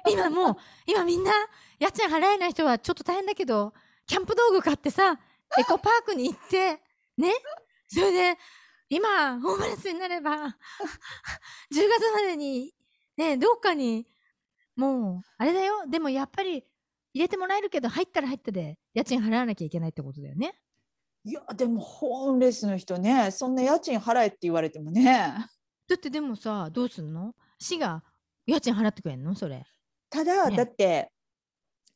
S3: え今もう、今みんな、家賃払えない人はちょっと大変だけど、キャンプ道具買ってさ、エコパークに行って、ね。それで、今、ホームレスになれば、10月までに、ね、どっかに、もう、あれだよ。でもやっぱり、入れてもらえるけど、入ったら入ったで、家賃払わなきゃいけないってことだよね。
S4: いやでもホームレスの人ねそんな家賃払えって言われてもね (laughs)
S3: だってでもさ、どうすんの市が家賃払ってくれんのそれ。
S4: ただ、
S3: ね
S4: だって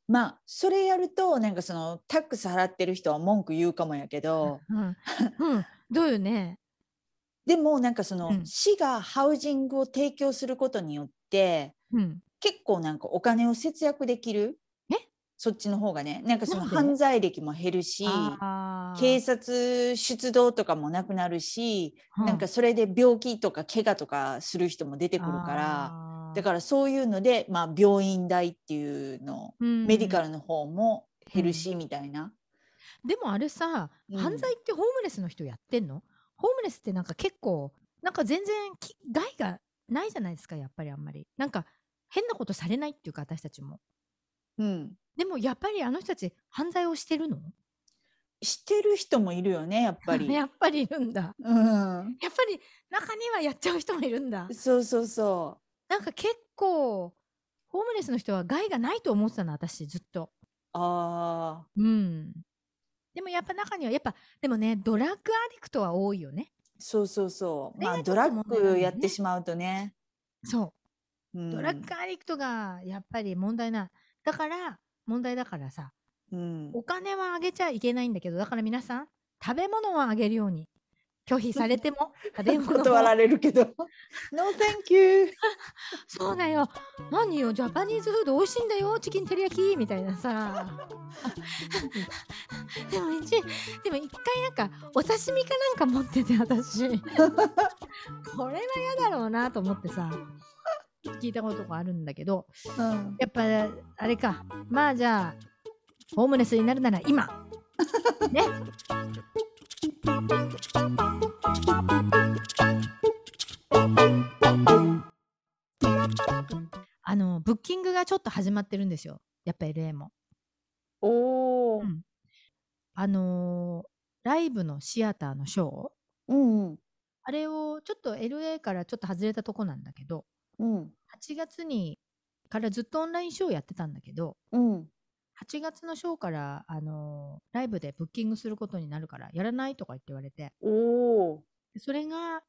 S4: まあそれやるとなんかそのタックス払ってる人は文句言うかもやけど
S3: うん、
S4: (laughs)
S3: うん、どうよね。
S4: でもなんかその、
S3: うん
S4: 市がハウジングを提供することによって
S3: うん、
S4: 結構なんかお金を節約できる
S3: え
S4: そっちの方がねなんかその
S3: なんで
S4: 犯罪歴も減るし
S3: あー
S4: 警察出動とかもなくなるし、
S3: う
S4: なんかそれで病気とか怪我とかする人も出てくるから
S3: あー
S4: だからそういうので、まあ、病院代っていうの
S3: うん
S4: メディカルの方も減るしみたいな。
S3: でもあれさ、
S4: うん
S3: 犯罪ってホームレスの人やってんのホームレスってなんか結構なんか全然き害がないじゃないですかやっぱりあんまりなんか変なことされないっていうか私たちも
S4: うん
S3: でもやっぱりあの人たち犯罪をしてるの
S4: してる人もいるよねやっぱり。
S3: (laughs) やっぱりいるんだ
S4: うん、
S3: やっぱり中にはやっちゃう人もいるんだ
S4: そうそうそ
S3: なんか結構ホームレスの人は害がないと思ってたの私ずっと
S4: う。ああ
S3: うんでもやっぱ中にはやっぱでもねドラッグアディクトは多いよね
S4: そうそうそう。まあ
S3: ね
S4: ドラッ
S3: ちょっと問題だよ
S4: グ
S3: ね
S4: やってしまうとね。
S3: そう
S4: うん
S3: ドラッグアディクトがやっぱり問題な。だから、問題だからさ、
S4: うん
S3: お金はあげちゃいけないんだけど、だから皆さん、食べ物はあげるように。拒否されて
S4: (laughs)
S3: も、食べ物
S4: 断ら
S3: は。
S4: れる
S3: (laughs)
S4: けど。No thank you。
S3: そうだよ。何よ、ジャパニーズフード美味しいんだよ、チキン照り焼きみたいなさ。 (laughs) でも一、でも一回なんか、お刺身かなんか持ってて、私。これは嫌だろうなと思ってさ、聞いたことがあるんだけど。
S4: うん。
S3: やっぱあれかまあじゃあホームレスになるなら今ねあのブッキングがちょっと始まってるんですよやっぱ LA も
S4: おお
S3: う。んあのーライブのシアターのショー
S4: うんうん
S3: あれをちょっと LA からちょっと外れたとこなんだけど
S4: うん
S3: 8月にからずっとオンラインショーやってたんだけど
S4: うん。
S3: 8月のショーから、あのーライブでブッキングすることになるからやらないとか言って言われて
S4: おお。
S3: でそれが、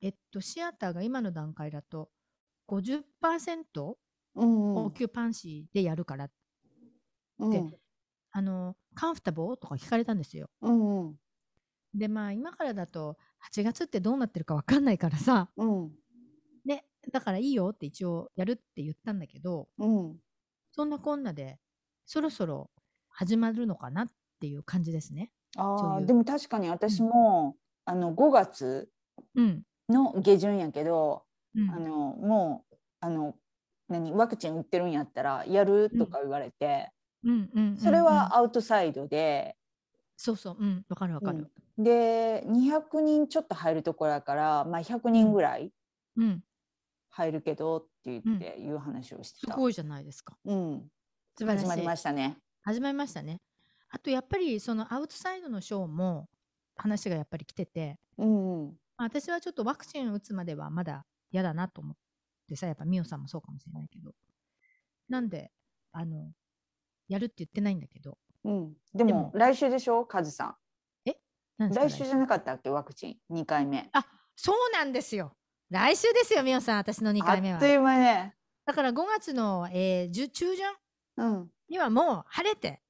S3: えっと、シアターが今の段階だと50%
S4: うんう
S3: オ
S4: ん
S3: キュパンシーでやるから、
S4: うん
S3: あのーカンフタボーとか聞かれたんですよ。
S4: うんうん
S3: でまあ今からだと8月ってどうなってるか分かんないからさ
S4: うん
S3: でだからいいよって一応やるって言ったんだけど
S4: うん。
S3: そんなこんなでそろそろ始まるのかなっていう感じですね。
S4: あ
S3: そう
S4: あ
S3: いう
S4: でも確かに私も、あの5月
S3: うん、
S4: の下旬やけど、
S3: うん
S4: あのもうあの何ワクチン打ってるんやったらやるとか言われて、
S3: うんうんうん
S4: それ
S3: うん
S4: はアウトサイドで、
S3: そうそう、うん、わかるわかる。
S4: で200人ちょっと入るところやから、まあ、100人ぐらい
S3: うん、
S4: 入るけどって言っていう話をして
S3: す
S4: た。
S3: ごいじゃないですか。
S4: うん、
S3: 素晴らし
S4: 始
S3: い。
S4: まりましたね。
S3: 始まりましたね。あとやっぱりそのアウトサイドのショーも話がやっぱり来てて、
S4: うんうん
S3: まあ私はちょっとワクチン打つまではまだ嫌だなと思ってさ、やっぱミオさんもそうかもしれないけど。なんで、あの、やるって言ってないんだけど。
S4: うん、で
S3: で
S4: も
S3: も
S4: 来週でしょカズさ
S3: なん
S4: ん
S3: ですか
S4: 来週じゃなかったっけワクチン2回目
S3: そうなんですよ。来週ですよ、ミオさん、私の2回目
S4: あ
S3: は
S4: っと。いう間ね
S3: だから5月の、えーじゅ中旬
S4: うん
S3: にはもう晴れて、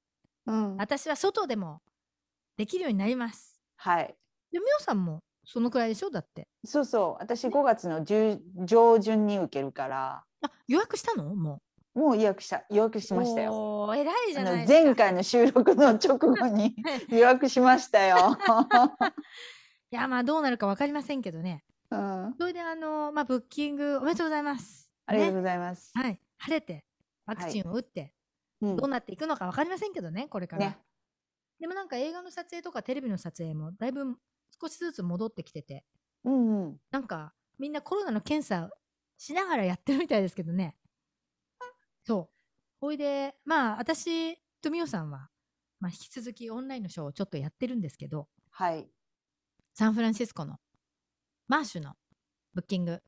S4: うん
S3: 私は外でもできるようになります。
S4: はい
S3: で、みおさんもそのくらいでしょだって。
S4: そうそう私5月の10上旬に受けるから
S3: あ、予約したのも
S4: もう予約した予約し
S3: う。
S4: ましたよ。
S3: おー偉いじ
S4: あ
S3: ゃ
S4: の
S3: ないですか。
S4: 前回の収録の直後
S3: (laughs)
S4: に予約しましたよ。
S3: いや、まあどうなるかわかりませんけどね。
S4: うん、あ
S3: それで、あの、まあブッキングおめでとうございます。
S4: りがとう
S3: ね、
S4: ございます。
S3: はい。晴れて、ワクチンを打って、
S4: うん
S3: どうなっていくのかわかりませんけどね、これから。
S4: ね、
S3: でもなんか映画の撮影とかテレビの撮影もだいぶ少しずつ戻ってきてて、
S4: うんうん、
S3: なんかみんなコロナの検査しながらやってるみたいですけどね。そう。ほいで、まあ私とみおさんは、まあ、引き続きオンラインのショーをちょっとやってるんですけど、
S4: はい、
S3: サンフランシスコのマーシュのブッキング、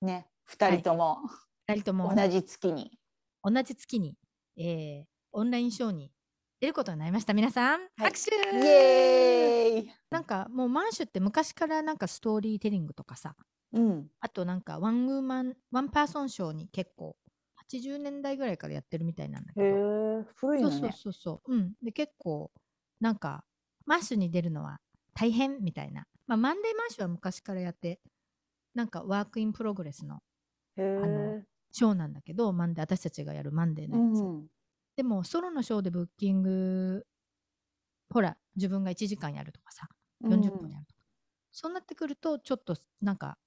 S4: ね、二人とも
S3: 2人とも
S4: 同じ月に。
S3: 同じ月に、えーオンラインショーに出ることになりました。皆さん、
S4: はい
S3: 拍手
S4: イエーイ。
S3: なんかもうマーシュって昔からなんかストーリーテリングとかさ、
S4: うん、
S3: あとなんかワンウーマン、ワンパーソンショーに結構80年代ぐらいからやってるみたいなんだけ
S4: へえ
S3: ど。
S4: 古いの
S3: そうそう
S4: ね。
S3: そうそう。うん。で、結構、なんか、マッシュに出るのは大変みたいな。まあ、マンデーマッシュは昔からやって、なんかワークインプログレスの
S4: へ
S3: あの
S4: え。
S3: ショーなんだけど、マンデー、私たちがやるマンデー
S4: う
S3: のやつ。
S4: ん。
S3: でも、ソロのショーでブッキング、ほら、自分が1時間やるとかさ、40分やるとか。そうなってくると、ちょっと、なんか、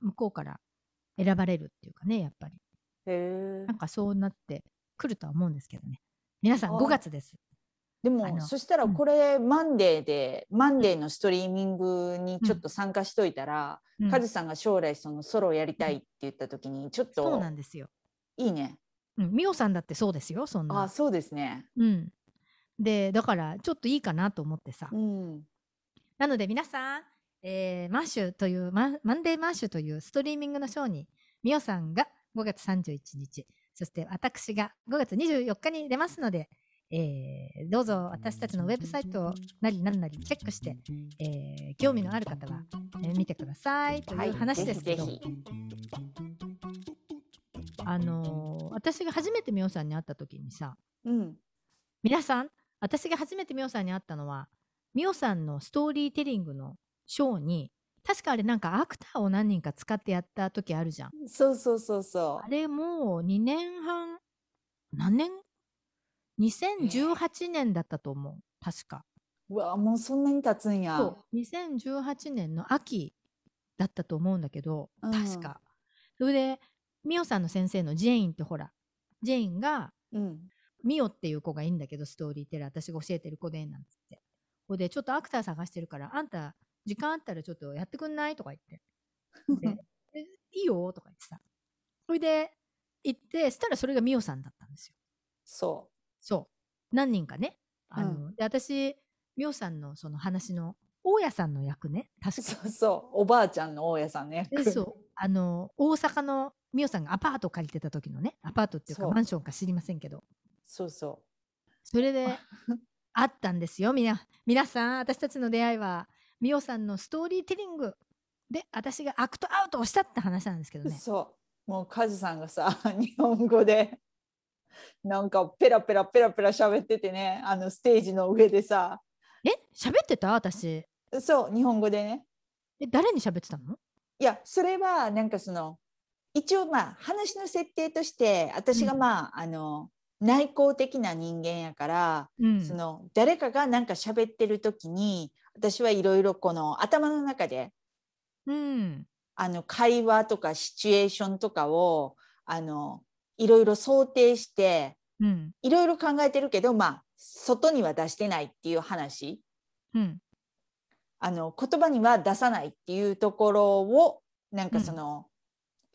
S3: 向こうから選ばれるっていうかね、やっぱり。
S4: へえ
S3: なん。かそうなってくるとは思うんですけどね。皆さん
S4: あー
S3: 5月です。
S4: で
S3: あ
S4: も
S3: の
S4: そしたら
S3: うん
S4: これ、マンデーでマンデーのストリーミングにちょっと参加しといたら、
S3: うん
S4: カズさんが将来そのソロをやりたいって言った時にちょっ
S3: そう
S4: と
S3: なんですよ。
S4: いいね。
S3: うん、ミオさんだってそうですよ、そん
S4: あ
S3: な。
S4: そうですね。
S3: うん。で、だから、ちょっといいかなと思ってさ。
S4: うん。
S3: なので、皆さん、えーマッシュという、マンマンデーマッシュというストリーミングのショーに、ミオさんが5月31日、そして私が5月24日に出ますので、えーどうぞ私たちのウェブサイトなりなんなりチェックして、えー興味のある方は、えー見てくださいと
S4: はい
S3: いう話ですけど、
S4: ぜひぜ
S3: あのー私が初めてミオさんに会った時にさ、
S4: うん。
S3: 皆さん、私が初めてミオさんに会ったのは、ミオさんのストーリーテリングのショーに、確かあれなんかアクターを何人か使ってやった時あるじゃん。
S4: そうそうそうそ
S3: あれもう2年半、何年 ?2018 年だったと思う。確か。
S4: う。うわもうそんなに経つんや。
S3: そう。2018年の秋だったと思うんだけど、
S4: うん
S3: 確か。それで、ミオさんの先生のジェインってほら、ジェインが
S4: うん。
S3: ミオっていう子がいいんだけど、ストーリーテラー、私が教えてる子で、なんつって。ほいで、ちょっとアクター探してるから、あんた、時間あったらちょっとやってくんないとか言って。 (laughs) でえいいよとか言ってさ。ほいで、行って、したらそれがミオさんだったんですよ。
S4: そ
S3: そう。何人かね。あの、で、私、ミオさんのその話の、大家さんの役ね。
S4: う。
S3: 確か
S4: そうそう。おばあちゃんの大家さんね。
S3: でそうあの大阪のミオさんがアパート借りてた時のねアパートっていうか
S4: そう
S3: マンションか知りませんけど
S4: そうそ
S3: それ (laughs) であったんですよみな皆さん私たちの出会いはミオさんのストーリーテリングで私がアクトアウトをしたって話なんですけ
S4: う。
S3: どね
S4: そう。もうカズさんがさ (laughs) 日本語でなんかペラペラペラペラ喋っててねあのステージの上でさ
S3: え喋ってた私
S4: そう日本語でね
S3: え誰に喋ってたの
S4: いやそれはなんかその一応まあ話の設定として私が
S3: うん
S4: まあ、あの内向的な人間やから、
S3: うん
S4: その誰かがなんか喋ってる時に私はいろいろこの頭の中で
S3: うん
S4: あの会話とかシチュエーションとかをあのいろいろ想定して
S3: うん
S4: いろいろ考えてるけどまあ外には出してないっていう話
S3: うん
S4: あの言葉には出さないっていうところをなんかその、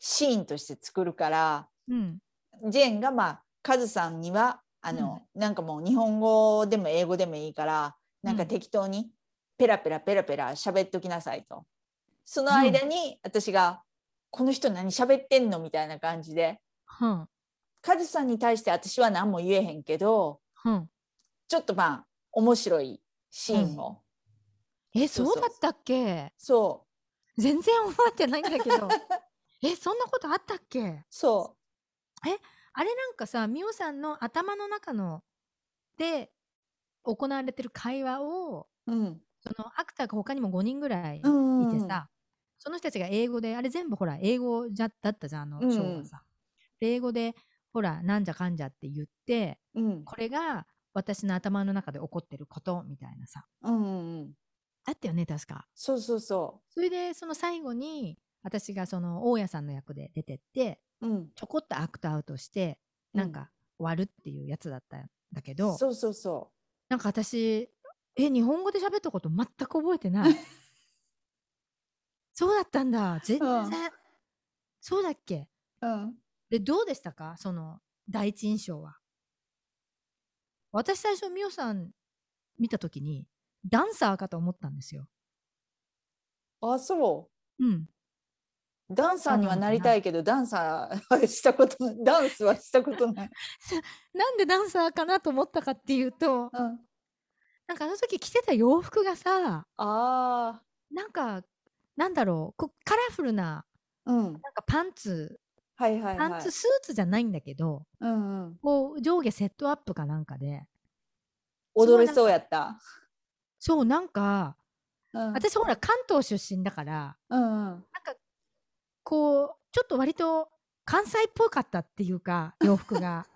S4: シーンとして作るから
S3: うん
S4: ジェーンがまあカズさんにはあの、なんかもう日本語でも英語でもいいからなん
S3: う
S4: か
S3: ん
S4: 適当にペラペラペラペラ喋っときなさいとその間に私が、この人何喋ってんのみたいな感じで
S3: はん
S4: カズさんに対して私は何も言えへんけど
S3: はん
S4: ちょっとまあ面白いシーンを、
S3: え
S4: そ
S3: そうう
S4: そう
S3: だったっけ
S4: そう
S3: 全然覚えてないんだけ (laughs) どえそんなことあったっけ
S4: そ
S3: あれなんかさ、ミオさんの頭の中ので行われてる会話を、
S4: ううん
S3: そのアクターが他にも5人ぐらいいて
S4: うんうんうん
S3: さ、その人たちが英語で、あれ全部ほら、英語じゃだったじゃん、あ
S4: うんう
S3: の
S4: ん
S3: ショーがさ。で英語で、ほら、なんじゃかんじゃって言って、
S4: うん
S3: これが私の頭の中で起こってることみたいなさ。
S4: うんうんうん
S3: だったよね、確か。
S4: そうそうそ
S3: それで、その最後に、私がその大家さんの役で出てって、
S4: ううん
S3: ちょこっとアクトアウトして、なん
S4: う
S3: か終わるっていうやつだったんだけど、
S4: そうそうそ
S3: なんか私、え、日本語で喋ったこと全く覚えて (laughs) ない。そうだったんだ。全然。
S4: うん
S3: そうだっけ
S4: ううん
S3: で、どうでしたかその、第一印象は。私最初、ミオさん見たときに、ダンサーかと思ったんですよ。
S4: あそう
S3: うん。
S4: ダンサーにはなりたいけど、ダンサーはしたこと、ダンスはしたことない。
S3: なんでダンサーかなと思ったかっていうと、
S4: うん、
S3: なんかあの時着てた洋服がさ、
S4: ああ、
S3: なんか、なんだろう、こうカラフルな、
S4: うん、
S3: なんかパンツ
S4: はいはい
S3: パ
S4: は
S3: ン
S4: い
S3: ツ。スーツじゃないんだけど
S4: うんうん。
S3: こう上下セットアップかなんかで
S4: 踊れそうやった。
S3: そうなんか
S4: うん
S3: 私ほら関東出身だから
S4: うんうん。
S3: こうちょっと割と関西っぽかったっていうか洋服
S4: (laughs)
S3: が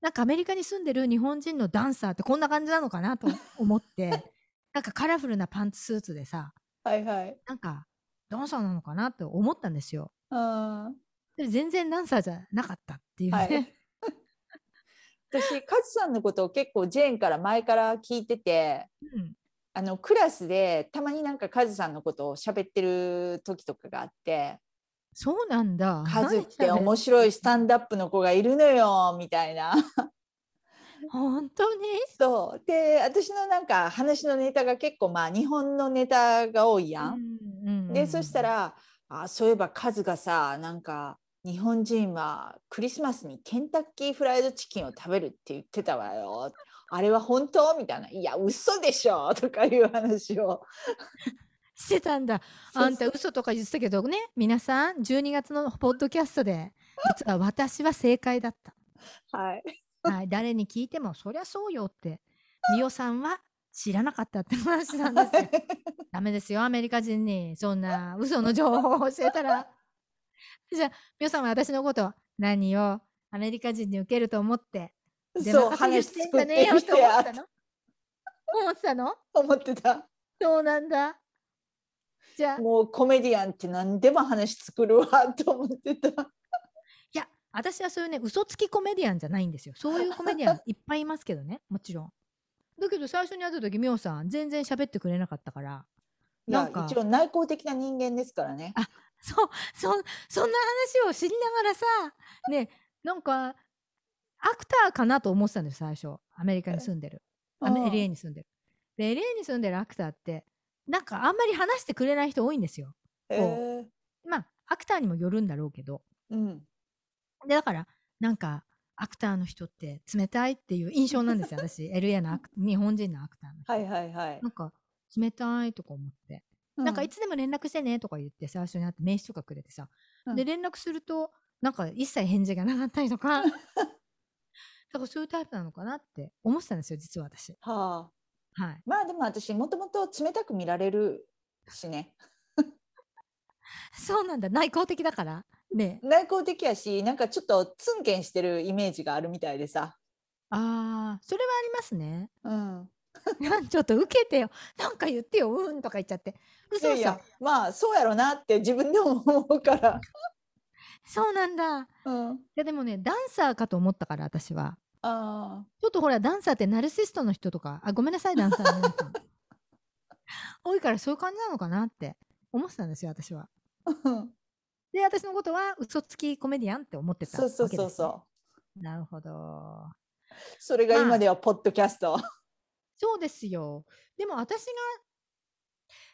S3: なんかアメリカに住んでる日本人のダンサーってこんな感じなのかなと思ってなんかカラフルなパンツスーツでさ
S4: はいはい。
S3: なんかダンサーなのかなと思ったんですよ。
S4: うん。は
S3: で全然ダンサーじゃなかったっていうね、 (laughs)
S4: い。私、カズさんのことを結構ジェーンから前から聞いてて、
S3: うん
S4: あのクラスでたまになんかカズさんのことを喋ってる時とかがあって、
S3: そうなんだ。
S4: カズっ
S3: 何した
S4: て
S3: らいい
S4: 面白いスタンダップの子がいるのよみたいな。 (laughs)
S3: 本当に
S4: そうで私のなんか話のネタが結構まあ日本のネタが多いやん。
S3: うん
S4: でそした、らあそういえばカズがさなんか日本人はクリスマスにケンタッキーフライドチキンを食べるって言ってたわよ。あれは本当みたいな「いや嘘でしょ」とかいう話を
S3: してたんだ。あんた嘘とか言ってたけどね、皆さん、12月のポッドキャストで、実は私は正解だっ
S4: はい
S3: た。はい、誰に聞いても、そりゃそうよって、美代さんは知らなかったって話なんですよ。ダメですよ、アメリカ人に、そんな嘘の情報を教えたら。じゃあ、美代さんは私のこと、何をアメリカ人に受けると思って、出
S4: そう
S3: 任せに
S4: 話
S3: してん
S4: 作
S3: じゃ
S4: っ
S3: ねえ
S4: て
S3: よ
S4: る
S3: って
S4: 人
S3: 思
S4: や
S3: ったの思ってたの
S4: と思ってた
S3: そうなんだ。じゃあ、
S4: (laughs) もうコメディアンって何でも話作るわと思ってた
S3: いや、私はそういうね、嘘つきコメディアンじゃないんですよ。そういうコメディアンいっぱいいますけどね、もちろん。だけど最初に会った時、みおさん、全然喋ってくれなかったから。
S4: いや
S3: なんか
S4: 一応内向的な人間ですからね
S3: そう、そ、そんな (laughs) 話を知りながらさ、ね、なんか、アクターかなと思ってたんです、最初。アメリカに住んでる。アメ LA に住んでる。で、LA に住んでるアクターって、なんかあんまり話してくれない人多いんですよ。
S4: うんへえ
S3: まあ、アクターにもよるんだろうけど。
S4: うん
S3: でだからなんかアクターの人って冷たいっていう印象なんで
S4: (laughs)
S3: すよ私 LA のアク日本人のアクターの人、
S4: はいはいはい
S3: なんか冷たいとか思って、なんかいつでも連絡してねとか言って最初に会って名刺とかくれてさ、
S4: うん
S3: で連絡するとなんか一切返事がなかったりとか (laughs) だからそういうタイプなのかなって思ってたんですよ実は私
S4: うんはあ
S3: はい
S4: まあでも私もともと冷たく見られるしね
S3: そうなんだ内向的だからね
S4: 内向的やしなんかちょっとツンケンしてるイメージがあるみたいでさ、
S3: あーそれはあります
S4: (laughs)
S3: ね
S4: うん、
S3: なんちょっと受けてよなんか言ってようんとか言っちゃって嘘
S4: いや
S3: 嘘
S4: いやまあそうやろなって自分でも思うから、
S3: そうなんだ
S4: うん、
S3: いやでもねダンサーかと思ったから私は
S4: あ
S3: ちょっとほらダンサーってナルシストの人とかあごめんなさいダンサーの皆さ
S4: (laughs)
S3: ん多いからそういう感じなのかなって思ってたんですよ私は
S4: あ
S3: で私のことは嘘つきコメディアンって思ってた
S4: そうそう
S3: わけ
S4: そう
S3: ですね
S4: そ
S3: なるほど
S4: うそれが
S3: まあ
S4: 今ではポッドキャスト、
S3: そうですよでも私が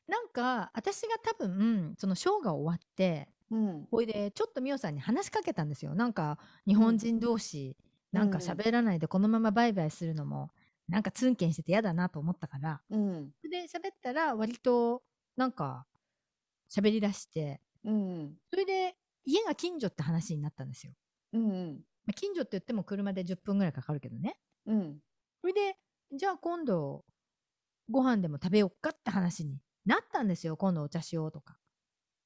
S3: なんか私が多分そのショーが終わって
S4: うん、
S3: ほいでちょっとミオさんに話しかけたんですよなんか日本人同士、なんか
S4: うん
S3: 喋らないでこのままバイバイするのもなんかツンケンしてて嫌だなと思ったから
S4: うん
S3: それで喋ったら割となんか喋り出して
S4: うん
S3: それで家が近所って話になったんですよ、
S4: うん
S3: まあ近所って言っても車で10分ぐらいかかるけどね
S4: うん
S3: それでじゃあ今度ご飯でも食べよっかって話になったんですよ今度お茶しようとか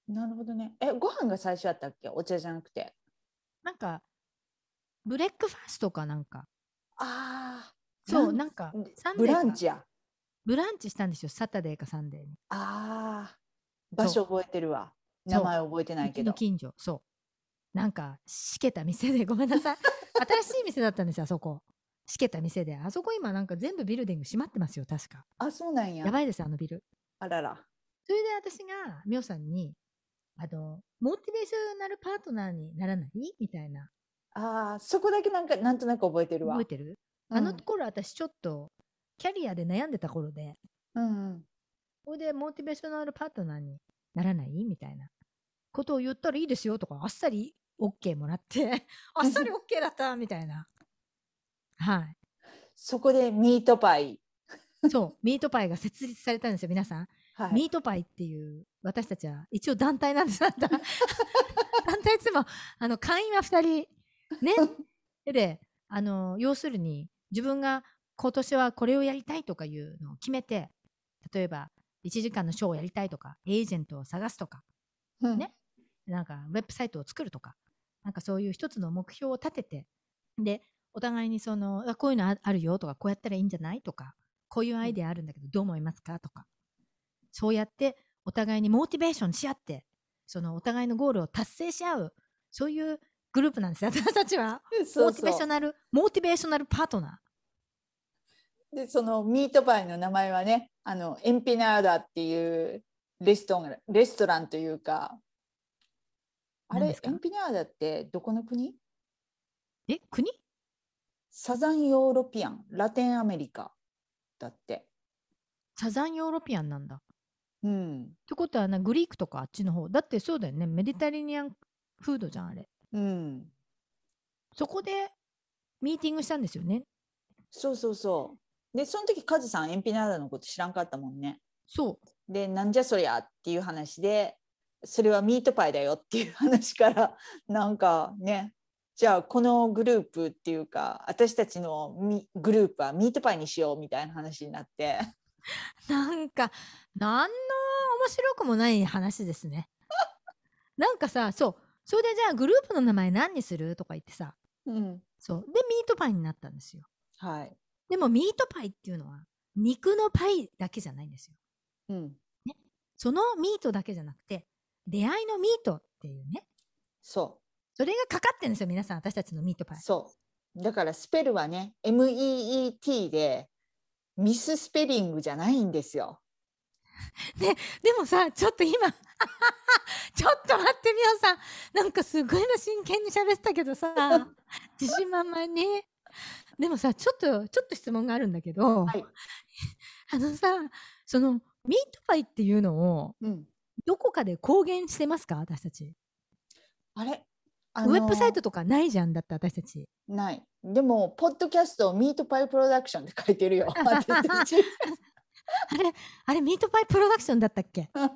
S4: なるほどねえご飯が最初やったっけお茶じゃなくて
S3: なんかブレックファーストかなんか
S4: あー
S3: そう
S4: なん
S3: なんか
S4: ブ
S3: サンデ
S4: ブ
S3: ー
S4: ラン
S3: か
S4: チや
S3: ブランチしたんですよ、サタデーかサンデーに。
S4: あー
S3: そう
S4: 場所覚えてるわ
S3: そ
S4: 名
S3: う
S4: 前覚えてないうけ
S3: ちの
S4: ど
S3: 近所、そう。なんか、しけた店で、ごめんなさ
S4: (laughs)
S3: い。新しい店だったんですよ、あそこ。しけた店で。あそこ今なんか全部ビルディング閉まってますよ、確か。
S4: あそうなんや
S3: やばいです、あのビル。
S4: あらら
S3: それで私が、みおさんに、あの、モチベーショナルパートナーにならないみたいな。
S4: あーそこだけなんかなんとなく覚えてるわ
S3: 覚えてる、
S4: うん
S3: あの頃私ちょっと、キャリアで悩んでた頃で、
S4: うんうん
S3: それでモチベーショナルパートナーにならないみたいなことを言ったらいいですよとかあっさり OK もらって
S4: (laughs)
S3: あっさり OK だったみたいなは
S4: そこでミートパイ、
S3: い
S4: (laughs)
S3: そうミートパイが設立されたんですよ皆さん、
S4: は
S3: ミ
S4: い、 (laughs)
S3: ートパイっていう私たちは一応団体なんですあんた団体いつもあの会員は2人ね
S4: (laughs)
S3: であの要するに自分が今年はこれをやりたいとかいうのを決めて例えば1時間のショーをやりたいとかエージェントを探すとか
S4: うん
S3: ねなんかウェブサイトを作るとかなんかそういう一つの目標を立ててでお互いにそのあこういうのああるよとかこうやったらいいんじゃないとかこういうアイデアあるんだけどどう思いますかとかそうやってお互いにモチベーションし合ってそのお互いのゴールを達成し合うそういうグループなんです (laughs) よ私たちは。
S4: (laughs) そ
S3: モ
S4: う
S3: チベーシ
S4: そ
S3: ョ
S4: う
S3: ナルモチベーショナルパートナー。
S4: でそのミートパイの名前はねあのエンピナーダっていうレストランレストランというかあ
S3: 何
S4: れ
S3: ですか
S4: エンピナーダってどこの国
S3: え国
S4: サザンヨーロピアンラテンアメリカだって
S3: サザンヨーロピアンなんだ。っ
S4: うん
S3: てことはなグリークとかあっちの方だってそうだよねメディタリニアンフードじゃんあれ。
S4: うん
S3: そこでミーティングしたんですよね。
S4: そうそうそうでその時カズさんエンピナーダのこと知らんかったもんね
S3: そう
S4: でなんじゃそりゃっていう話でそれはミートパイだよっていう話から (laughs) なんかねじゃあこのグループっていうか私たちのミグループはミートパイにしようみたいな話になって (laughs)
S3: (laughs) なんかなんの面白くもない話ですね。 (laughs) なんかさそうそれでじゃあグループの名前何にするとか言ってさ
S4: うん
S3: そうでミートパイになったんですよ。
S4: はい
S3: でもミートパイっていうのは肉のパイだけじゃないんですよ。
S4: うん
S3: そのミートだけじゃなくて出会いのミートっていうね
S4: そ
S3: それがかかってるんですよ皆さん私たちのミート
S4: う
S3: パイ。
S4: そうだからスペルはね MEET でミススペリングじゃないんですよ
S3: でもさちょっと今 (laughs) ちょっと待ってみようさんなんかすごい今真剣に喋ってたけどさ自信満々に。でもさちょっとちょっと質問があるんだけど、
S4: はい
S3: あのさそのミートパイっていうのを
S4: うん
S3: どこかで公言してますか私たち、
S4: あれあのー
S3: ウェブサイトとかないじゃんだって私たち
S4: ないでもポッドキャストをミートパイプロダクションって書いて
S3: (laughs)
S4: るよ私たち
S3: あれあれミートパイプロダクションだったっけちょっ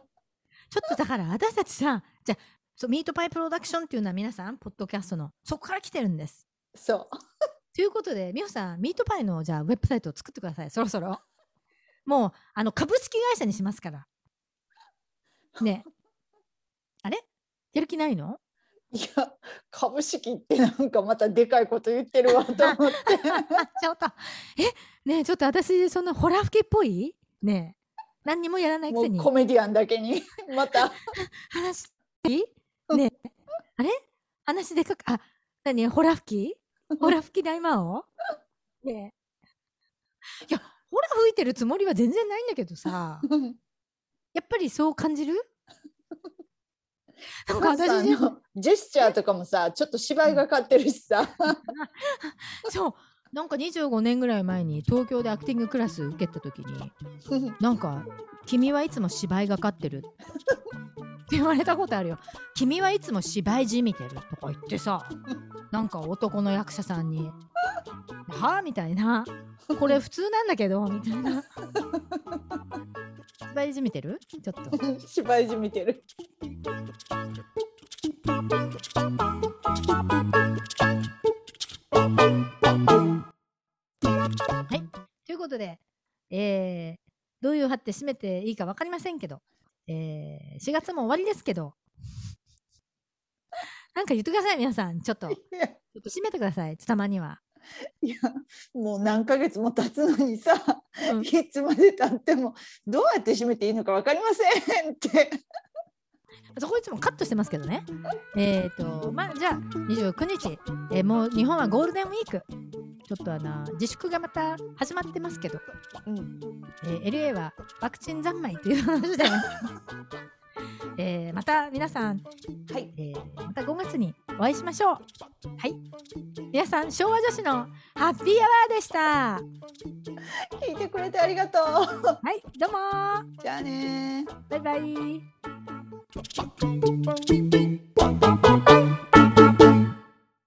S3: とだから私たちさ、じゃあそう、ミートパイプロダクションっていうのは皆さん、ポッドキャストの、そこから来てるんです。
S4: そう
S3: ということで、美穂さん、ミートパイの、じゃあ、ウェブサイトを作ってください、そろそろ。もう、あの、株式会社にしますから。ねえ。あれやる気ないの
S4: いや株式ってなんかまたでかいこと言ってるわと思っ
S3: (laughs)
S4: て
S3: ちょっと、えねえ、ちょっと私、そんなホラー吹きっぽいねえ。何にもやらないく
S4: も
S3: せ
S4: う
S3: に。
S4: コメディアンだけに (laughs) また
S3: 話していいねえあれ話でかく、あ、なにホラ吹きホラ吹き大魔王ねえ。いや、ホラ吹いてるつもりは全然ないんだけどさ、やっぱりそう感じるなん
S4: カ
S3: か
S4: ズさ
S3: (laughs) 私
S4: ん
S3: 自
S4: のジェスチャーとかもさちょっと芝居がかってるしさ
S3: 身、そう、なんか25年ぐらい前に東京でアクティングクラス受けた時に、なんか、君はいつも芝居がかってる。って言われたことあるよ。君はいつも芝居じみてるとか言ってさ、なんか男の役者さんに、はあみたいな。これ普通なんだけど、みたいな。芝居じみてるちょっと。
S4: 芝居じみてる
S3: ということで、えーどういう張って締めていいか分かりませんけど、え4月も終わりですけど、 (laughs) なんか言ってください、皆さん。ちょっと、ちょ
S4: いや
S3: っと締めてください、たまには。
S4: いやもう何ヶ月も経つのにさ、
S3: うん
S4: いつまで経ってもどうやって締めていいのか分かりませんって
S3: そこいつもカットしてますけどね。えっ、と、まあ、じゃあ、29日、えーもう日本はゴールデンウィーク。ちょっとあの自粛がまた始まってますけど、
S4: うん
S3: えー LA はワクチン三昧という話で、 (laughs) えーまた皆さん、
S4: はい
S3: えーまた5月にお会いしましょう。はい。皆さん、昭和女子のハッピーアワーでした。は
S4: 聞いてくれてありがとう
S3: い、どうもー
S4: じゃあねー
S3: バイバイ。
S1: 「